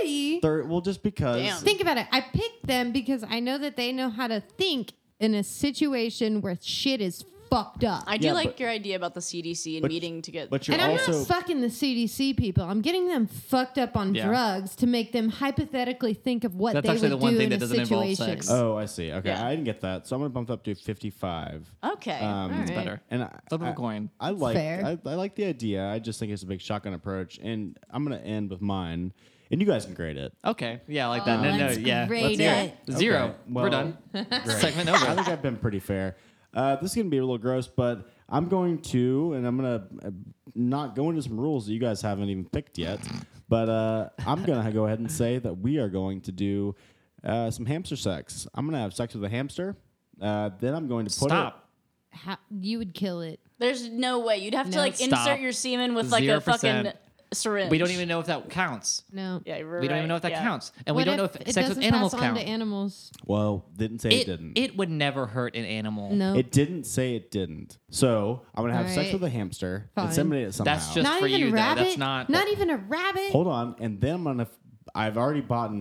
30?
Third, well, just because
Damn.
Think about it. I picked them because I know that they know how to think in a situation where shit is fucked up.
I do
Yeah,
like
but-
your idea about the CDC and meeting to get.
but you're
and I'm
also
not fucking the CDC people. I'm getting them fucked up on
Yeah.
drugs to make them hypothetically think of what
That's
they
actually
would
the one
do
thing
in
that
a
doesn't involve
situation.
sex.
Oh, I see. Okay,
Yeah.
I didn't get that, so I'm gonna bump it up to fifty-five.
okay,
Um,
all
It's
right.
better.
And I,
Flip of a
I-
coin.
I like
fair.
I, I like the idea. I just think it's a big shotgun approach, and I'm gonna end with mine, and you guys can grade it.
Okay. Yeah. I Like
Uh, Oh.
that. No. No.
let's
Yeah.
grade
Let's hear
it.
it. Zero.
Okay,
We're
well,
done.
[laughs] great.
Segment
I
over.
think I've been pretty fair. Uh, this is gonna be a little gross, but I'm going to, and I'm gonna uh, not go into some rules that you guys haven't even picked yet. But uh, I'm gonna go ahead and say that we are going to do uh, some hamster sex. I'm gonna have sex with a hamster. Uh, then I'm going to put it.
Stop.
How, you would kill it.
There's no way you'd have to
No.
like
Stop.
insert your semen with like a
0%.
fucking syringe.
We don't even know if that counts.
No.
Yeah, you're
We don't
right,
even know if that
yeah.
counts, and we
What
don't know if
it
sex
doesn't
with animals
pass on
count.
to animals.
Well, didn't say it,
it,
didn't.
it would never hurt an animal.
No.
It didn't say it didn't. So I'm gonna have sex
Alright.
with a hamster,
Fine.
inseminate it somehow.
That's just
not
for
even
you,
a
though. That's
rabbit.
not.
even a rabbit.
hold on, and then I'm gonna. f- I've already bought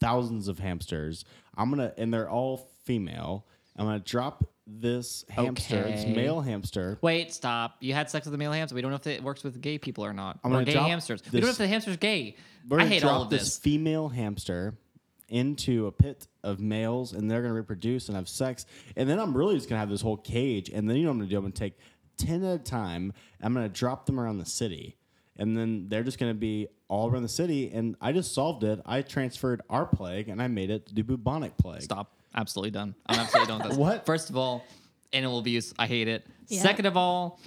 thousands of hamsters. I'm gonna, and they're all female. I'm gonna drop this hamster, this
Okay.
male hamster.
Wait, stop. You had sex with a male hamster. We don't know if it works with gay people or not.
I'm
or
gonna
gay
drop
hamsters. We don't know
this-
if the hamster's gay.
We're
I
gonna
hate
drop
all of this.
female hamster into a pit of males, and they're gonna reproduce and have sex. And then I'm really just gonna have this whole cage. And then you know what I'm gonna do? I'm gonna take ten at a time. I'm gonna drop them around the city, and then they're just gonna be all around the city. And I just solved it. I transferred our plague, and I made it the bubonic plague.
Stop. Absolutely done. I'm absolutely done with this.
[laughs] What?
First of all, animal abuse. I hate it.
Yeah.
Second of all,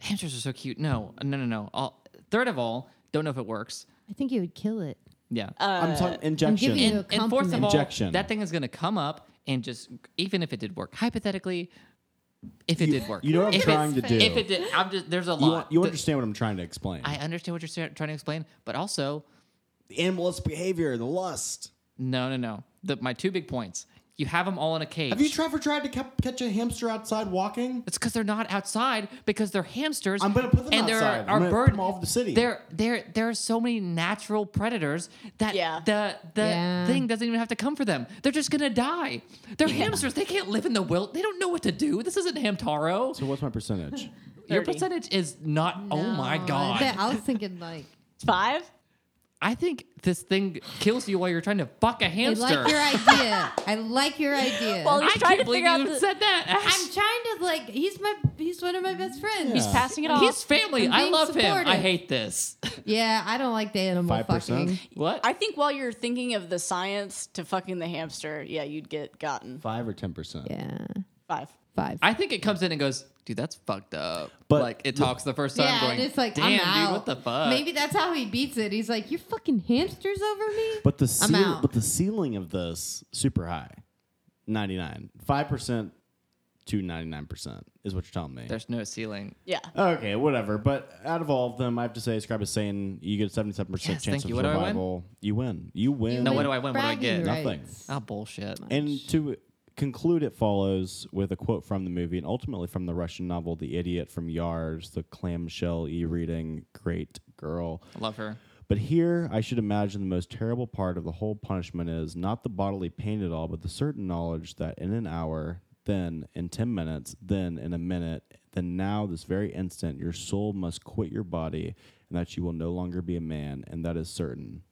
hamsters are so cute. No, no, no, no. All, third of all, don't know if it works.
I think you would kill it.
Yeah.
I'm talking injection.
Uh, giving you a
and fourth of all,
Injection.
that thing is going to come up and just, even if it did work, hypothetically, if it did work,
you know what I'm
If it-
trying to do.
If it did, I'm just there's a
you,
lot.
you
The-
understand what I'm trying to explain?
I understand what you're sa- trying to explain, but also
the animalist behavior, the lust.
no, no, no. The, my two big points. You have them all in a cage.
Have you tr- ever tried to cap- catch a hamster outside walking?
It's because they're not outside because they're hamsters.
I'm gonna put them
and there
outside. I'm
Are, are
gonna
bird,
put them all over the city.
There, there, there are so many natural predators that
Yeah.
the the
Yeah.
thing doesn't even have to come for them. They're just gonna die. They're hamsters. They can't live in the wild. They don't know what to do. This isn't Hamtaro.
So what's my
[laughs]
percentage?
Your
30.
percentage is not. oh my
No,
god.
I, I was
[laughs]
thinking like,
five.
I think this thing kills you while you're trying to fuck a
I
hamster.
like your idea. I like your idea.
[laughs] Well,
I
he's trying
can't
to
believe
figure out.
you
the-
said that. [laughs]
I'm trying to like. He's my. He's one of my best friends.
He's [laughs] passing it off.
His family.
I'm
I
being
love him. I
supportive.
hate this. [laughs]
Yeah, I don't like the animal
5%?
fucking.
what?
I think while you're thinking of the science to fucking the hamster, yeah, you'd get gotten
Five or ten percent.
Yeah,
five.
five.
I think it comes in and goes, dude, that's fucked up. But
But-
like it talks the first time,
yeah,
going,
and it's like
damn,
I'm
dude,
out.
what the fuck?
Maybe that's how he beats it. He's like, you fucking hamsters over me.
But the
I'm
ceil-
out.
but the ceiling of this super high, ninety nine, five percent to ninety nine percent is what you're telling me.
there's no ceiling.
Yeah.
okay, whatever. But out of all of them, I have to say, Scribe is saying you get a seventy seven percent
Yes,
chance
thank
of
you. What do I win?
survival. You win. You win.
No, what do I win? What do I
Bragging
get?
Nothing.
rights.
Oh bullshit.
And to conclude, it follows with a quote from the movie and ultimately from the Russian novel The Idiot from Yars, the clamshell e reading great girl.
I love her.
But here, I should imagine the most terrible part of the whole punishment is not the bodily pain at all, but the certain knowledge that in an hour, then in 10 minutes, then in a minute, then now, this very instant, your soul must quit your body and that you will no longer be a man, and that is certain.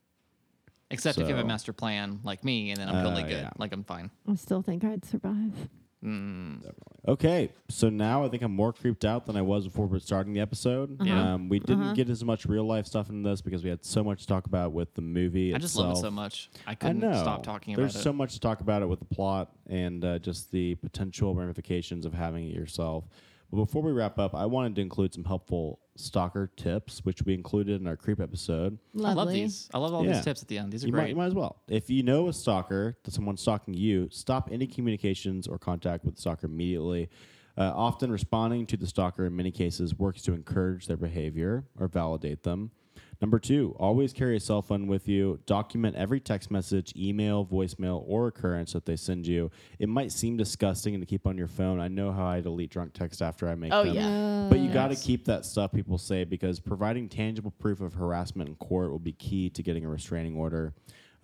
Except if you have a
So-
master plan like me, and then I'm totally
Uh,
good.
yeah.
Like I'm fine.
I still think I'd survive.
Definitely. Okay, so now I think I'm more creeped out than I was before we're starting the episode.
Yeah.
Um, we didn't
Uh-huh.
get as much real life stuff in this because we had so much to talk about with the movie.
I just love it so
itself.
much. I
I
couldn't
know.
stop talking
There's
about
so
it.
much to talk about it with the plot and uh, just the potential ramifications of having it yourself. But before we wrap up, I wanted to include some helpful stalker tips, which we included in our creep episode.
I
Lovely.
love these. I love all
Yeah.
these tips at the end. These are
you, might,
great.
you might as well. If you know a stalker, that someone's stalking you, stop any communications or contact with the stalker immediately. Uh, often responding to the stalker in many cases works to encourage their behavior or validate them. Number two, always carry a cell phone with you. Document every text message, email, voicemail, or occurrence that they send you. It might seem disgusting to keep on your phone. I know how I delete drunk text after I make
Oh,
them.
yeah.
But you got to keep that stuff people say because providing tangible proof of harassment in court will be key to getting a restraining order.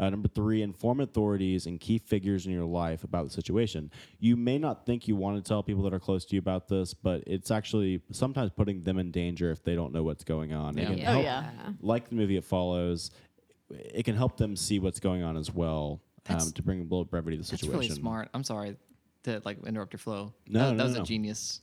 Uh, number three, inform authorities and key figures in your life about the situation. You may not think you want to tell people that are close to you about this, but it's actually sometimes putting them in danger if they don't know what's going on. It can
Oh,
help-
yeah.
Like the movie It Follows, it can help them see what's going on as well um, to bring a little brevity to the
That's
situation.
really smart. I'm sorry to like interrupt your flow.
No,
that,
no,
that was
no.
a genius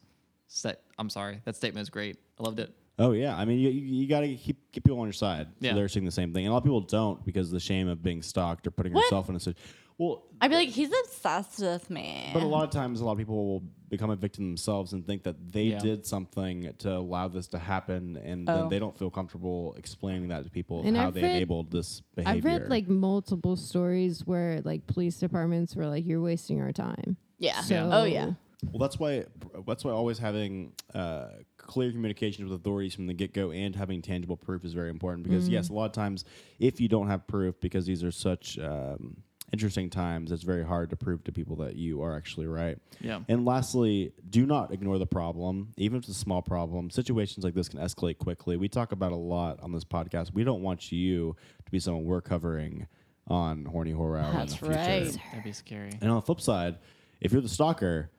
set. I'm sorry. That statement is great. I loved it.
Oh yeah, I mean you, you, you got to keep keep people on your side.
Yeah.
they're seeing the same thing, and a lot of people don't because of the shame of being stalked or putting yourself in a situation. Well,
I'd be like, he's obsessed with me.
Eh.
but a lot of times, a lot of people will become a victim themselves and think that they
Yeah.
did something to allow this to happen, and then
Oh.
they don't feel comfortable explaining that to people
And
how
I've
they
read-
enabled this behavior.
I've read like multiple stories where like police departments were like, "You're wasting our time."
Yeah.
So,
Oh yeah.
Well, that's why that's why always having uh, clear communications with authorities from the get go and having tangible proof is very important. Because
Mm.
yes, a lot of times if you don't have proof, because these are such um, interesting times, it's very hard to prove to people that you are actually right.
Yeah.
And lastly, do not ignore the problem, even if it's a small problem. Situations like this can escalate quickly. We talk about a lot on this podcast. We don't want you to be someone we're covering on horny horror hour
That's
in the future.
right.
That'd be scary.
And on the flip side, if you're the stalker,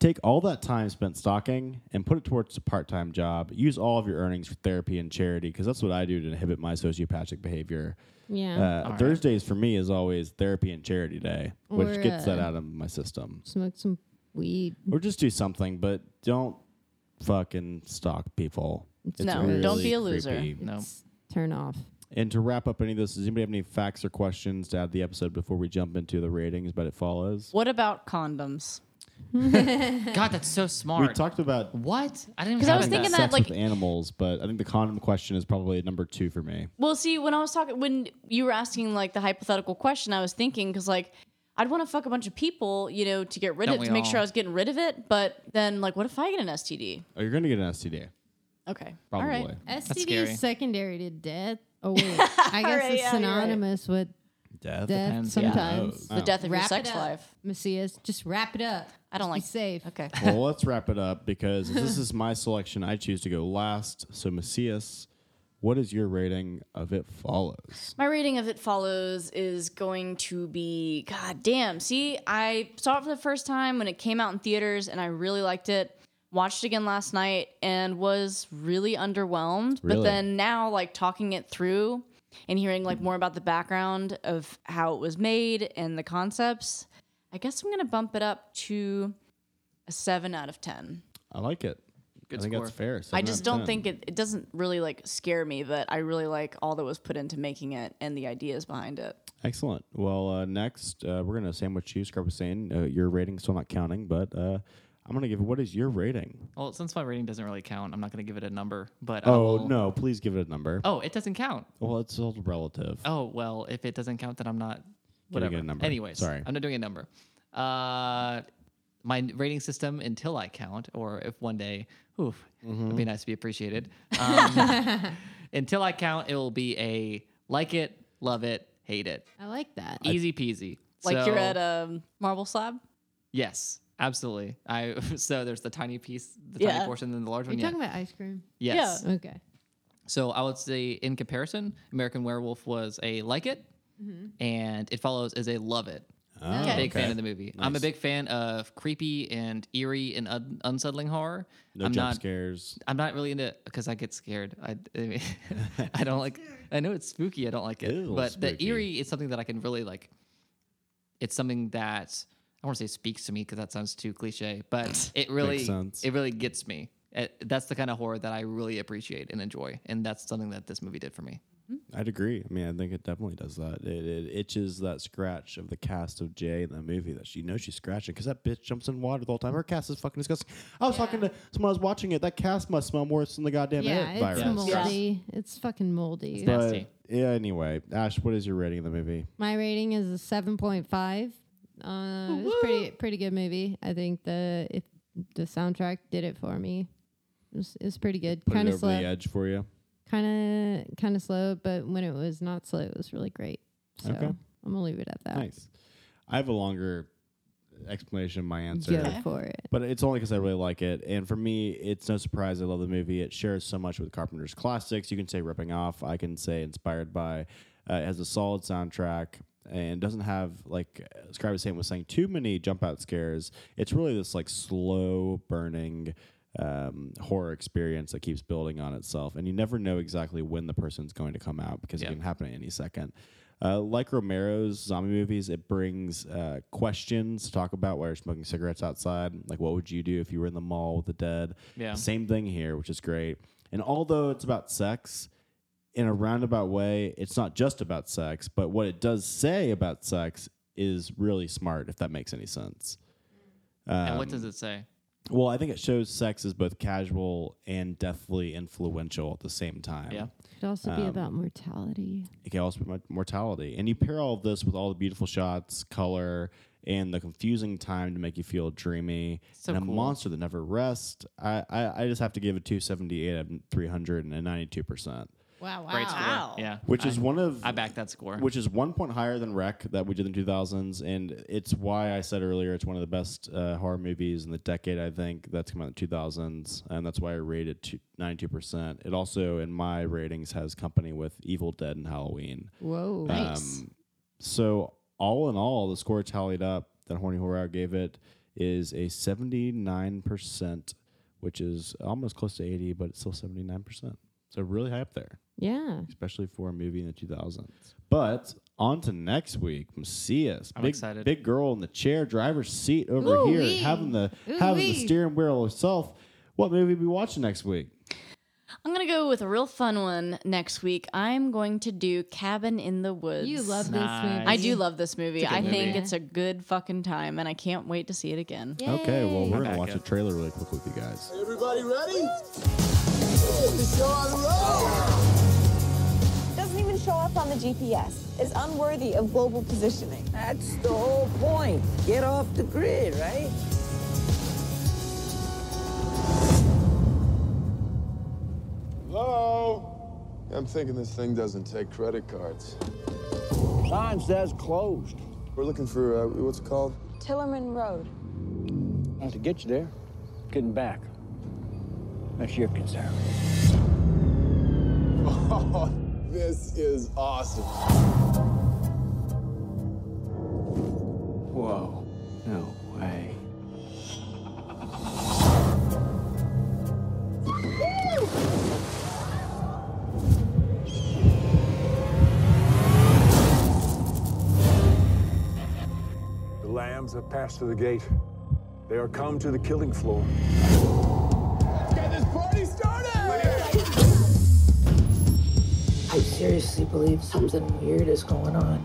take all that time spent stalking and put it towards a part time job. Use all of your earnings for therapy and charity because that's what I do to inhibit my sociopathic behavior.
Yeah.
Uh, Thursdays for me is always therapy and charity day, which
Or,
gets that
uh,
out of my system.
Smoke some weed.
Or just do something, but don't fucking stalk people. It's
No, don't be a
really
loser.
creepy.
No.
[laughs] It's turn off.
And to wrap up any of this, does anybody have any facts or questions to add to the episode before we jump into the ratings? But it follows.
What about condoms?
God, that's so smart.
We talked about
what? I didn't even
'Cause I was
think
thinking
that.
that,
sex
like-
with animals, but I think the condom question is probably number two for me.
Well, see, when I was talking, when you were asking like the hypothetical question, I was thinking because like I'd want to fuck a bunch of people, you know, to get rid
Don't
of it,
we
to make sure
all?
I was getting rid of it. But then, like, what if I get an STD?
Oh, you're gonna get an STD,
Okay,
probably.
all right.
STD
scary.
is secondary to death. Oh
[laughs]
wait, I guess
Alright,
it's
yeah, you're right.
synonymous with
Death.
death
Depends, yeah.
sometimes.
The death of
Wrap
your sex
it up,
life.
Macias. Just wrap it up.
I don't
Just
like
be safe.
Okay,
well, let's wrap it up because this is my selection. I choose to go last. So, Macias, what is your rating of it follows?
my rating of it follows is going to be god damn. See, I saw it for the first time when it came out in theaters, and I really liked it. Watched it again last night and was really underwhelmed.
Really?
But then now, like talking it through, and hearing like more about the background of how it was made and the concepts, I guess I'm gonna bump it up to a seven out of ten.
I like it.
Good
I think
score.
that's fair.
I
Seven out
just
of
don't
10.
think it, it doesn't really like scare me, but I really like all that was put into making it and the ideas behind it.
Excellent. Well, uh, next uh, we're gonna sandwich you, Scrub saying uh, your rating, still not counting, but uh, I'm gonna give. What is your rating?
Well, since my rating doesn't really count, I'm not going to give it a number. But I
Oh
will-
no! Please give it a number.
Oh, it doesn't count.
Well, it's all relative.
Oh well, if it doesn't count, then I'm not.
Gotta
Whatever.
get a number.
Anyways,
Sorry.
I'm not doing a number. Uh, my n- rating system until I count, or if one day, oof,
Mm-hmm.
it'd be nice to
[laughs]
be appreciated. Um, until I count, it will be a like it, love it, hate it,
I like that.
easy peasy.
Like
So-
you're at a marble slab.
yes, absolutely. I [laughs] so there's the tiny piece, the
Yeah.
tiny portion, then the large
You're
one.
talking
yeah.
about ice cream.
Yes.
Okay.
So I would say, in comparison, American Werewolf was a like it, and It Follows is a love it.
Ah,
Big fan
okay.
of the movie. I'm a big fan of creepy and eerie and un- unsettling horror.
No
I'm
jump
not,
scares.
I'm not really into because I get scared. I, I, mean, [laughs] I don't like. I know it's spooky. I don't like it.
Ew,
but
spooky.
the eerie is something that I can really like. It's something that I want to say speaks to me because that sounds too cliche,
[laughs]
but it really
sense.
it really gets me. It- that's the kind of horror that I really appreciate and enjoy, and that's something that this movie did for me.
I'd agree. I mean, I think it definitely does that. It, it itches that scratch of the cast of Jay in the movie that she knows she's scratching because that bitch jumps in water the whole time. Her cast is fucking disgusting. I was talking to someone I was watching it. That cast must smell worse than the goddamn
yeah,
it
it's
virus.
moldy. It's fucking moldy.
But yeah, anyway, Ash, what is your rating of the movie?
My rating is a seven point five. Uh, it was pretty pretty good movie. I think the if the soundtrack did it for me. It was, it was pretty good.
Put
Kind
it
of
over the
slow.
edge for you.
Kind of kind of slow, but when it was not slow, it was really great. So
Okay.
I'm gonna leave it at that.
Nice. I have a longer explanation of my answer.
Go for it.
But it's only because I really like it. And for me, it's no surprise I love the movie. It shares so much with Carpenter's classics. You can say ripping off, I can say inspired by. Uh, it has a solid soundtrack and doesn't have, like uh, Scribe was saying, was saying too many jump out scares. It's really this like slow burning um, horror experience that keeps building on itself. And you never know exactly when the person's going to come out because
Yeah.
it can happen at any second. Uh, like Romero's zombie movies, it brings uh, questions to talk about while you're smoking cigarettes outside. Like, what would you do if you were in the mall with the dead?
Yeah.
Same thing here, which is great. And although it's about sex, in a roundabout way, it's not just about sex, but what it does say about sex is really smart, if that makes any sense.
and
Um,
what does it say?
well, I think it shows sex is both casual and deathly influential at the same time.
Yeah.
Could also be
Um,
about mortality.
It can also be about mortality. And you pair all of this with all the beautiful shots, color, and the confusing time to make you feel dreamy.
So
and a
cool.
monster that never rests. I, I, I just have to give it 278 out of 392%.
Wow!
Great score. Yeah,
Which is one of
I back that score.
which is one point higher than Wreck that we did in 2000s, and it's why I said earlier it's one of the best uh, horror movies in the decade. I think that's come out in 2000s, and that's why I rated it 92 percent. It also, in my ratings, has company with Evil Dead and Halloween.
Whoa!
Um, so all in all, the score tallied up that Horny Horror Hour gave it is a 79 percent, which is almost close to 80, but it's still 79 percent. So really high up there
yeah.
especially for a movie in the 2000s. But on to next week, Macias,
I'm
big,
excited.
Big girl in the chair, driver's seat over here,
Ooh-wee.
having the having the
Ooh-wee.
steering wheel herself. What movie we watching next week?
I'm gonna go with a real fun one next week. I'm going to do Cabin in the Woods.
You love
Nice.
this movie.
I do love this movie.
It's a
I
good
think
movie.
it's a good fucking time, and I can't wait to see it again.
Okay, well, we're going
Back
to watch a
up.
trailer really quick with you guys.
Everybody ready? Let's go on the road!
doesn't even show up on the GPS, is unworthy of global positioning.
That's the whole point. Get off the grid, right?
Hello? I'm thinking this thing doesn't take credit cards.
Sign says closed.
We're looking for, uh, what's it called? [laughs]
Tillerman Road.
Not to get you there. Getting back. That's your concern.
Oh, this is awesome.
Whoa. No way.
The lambs have passed through the gate. They are come to the killing floor.
Get this party started!
I seriously believe something weird is going on.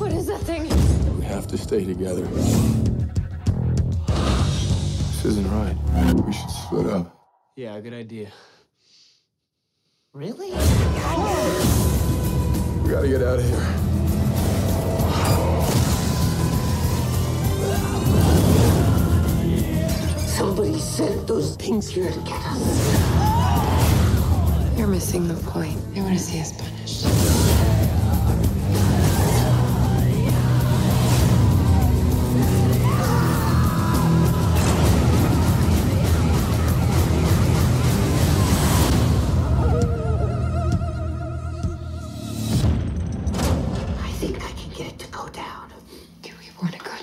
What is that thing?
We have to stay together. This isn't right. We should split up.
Yeah, good idea.
Really?
We gotta get out of here.
Somebody sent those things here to get us.
You're missing the point. They want to see us punished.
I think I can get it to go down.
Do we want to go down?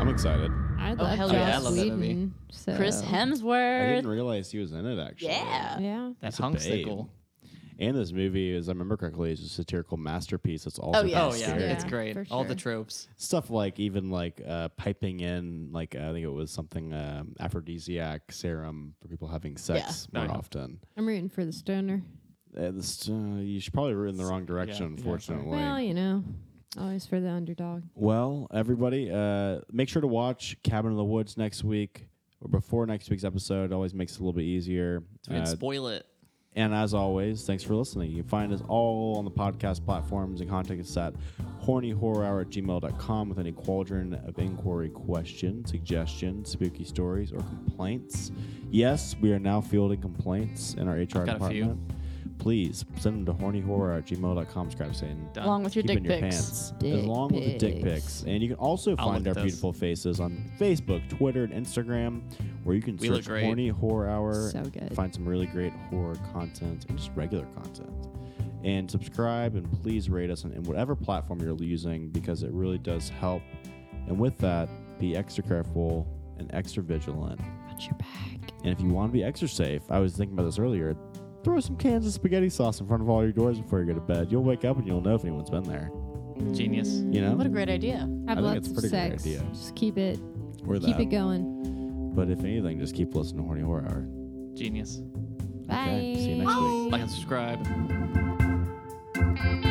I'm excited. that movie.
Whedon, so-
Chris
I
Hemsworth.
didn't realize he was in it actually.
Yeah.
Yeah.
That's
That hunksicle.
And this movie, as I remember correctly, is a satirical masterpiece. It's all
Oh, yeah. Oh, yeah. It's Yeah, great. for All the sure. tropes.
Stuff like even like uh, piping in like I think it was something um, aphrodisiac serum for people having sex
Yeah.
more
Oh, yeah.
often.
I'm rooting for the stoner.
Uh, this, uh, you should probably root in the wrong direction,
yeah, sorry.
unfortunately.
Well, you know, always for the underdog.
Well, everybody, uh, make sure to watch Cabin in the Woods next week or before next week's episode. It always makes it a little bit easier.
We didn't
Uh,
spoil it.
and as always, thanks for listening. You can find us all on the podcast platforms and contact us at hornyhorrorhour at gmail.com with any quadrant of inquiry, questions, suggestions, spooky stories, or complaints. Yes, we are now fielding complaints in our HR
Got a few.
department. Please send them to hornyhorror at gmail.com, Scrap Satan.
Done. Along with your
Keep
dick
in your
pics.
Pants.
Dick
Along with the dick
pics.
pics. And you can also
I'll
find our
look at those.
beautiful faces on Facebook, Twitter, and Instagram, where you can
We look
search
great.
Horny Horror Hour
So
and
good.
find some really great horror content and just regular content. And subscribe and please rate us on, in whatever platform you're using because it really does help. And with that, be extra careful and extra vigilant. Watch your back. And if you want to be extra safe, I was thinking about this earlier. Throw some cans of spaghetti sauce in front of all your doors before you go to bed. You'll wake up and you'll know if anyone's been there.
Genius.
You know?
What a great idea.
Have
I think
lots
it's a
of
pretty
sex.
good idea.
Just keep it.
Or
keep
that.
it going.
But if anything, just keep listening to Horny Horror Hour.
Genius.
Bye.
see you next week.
Like and subscribe.
Bye.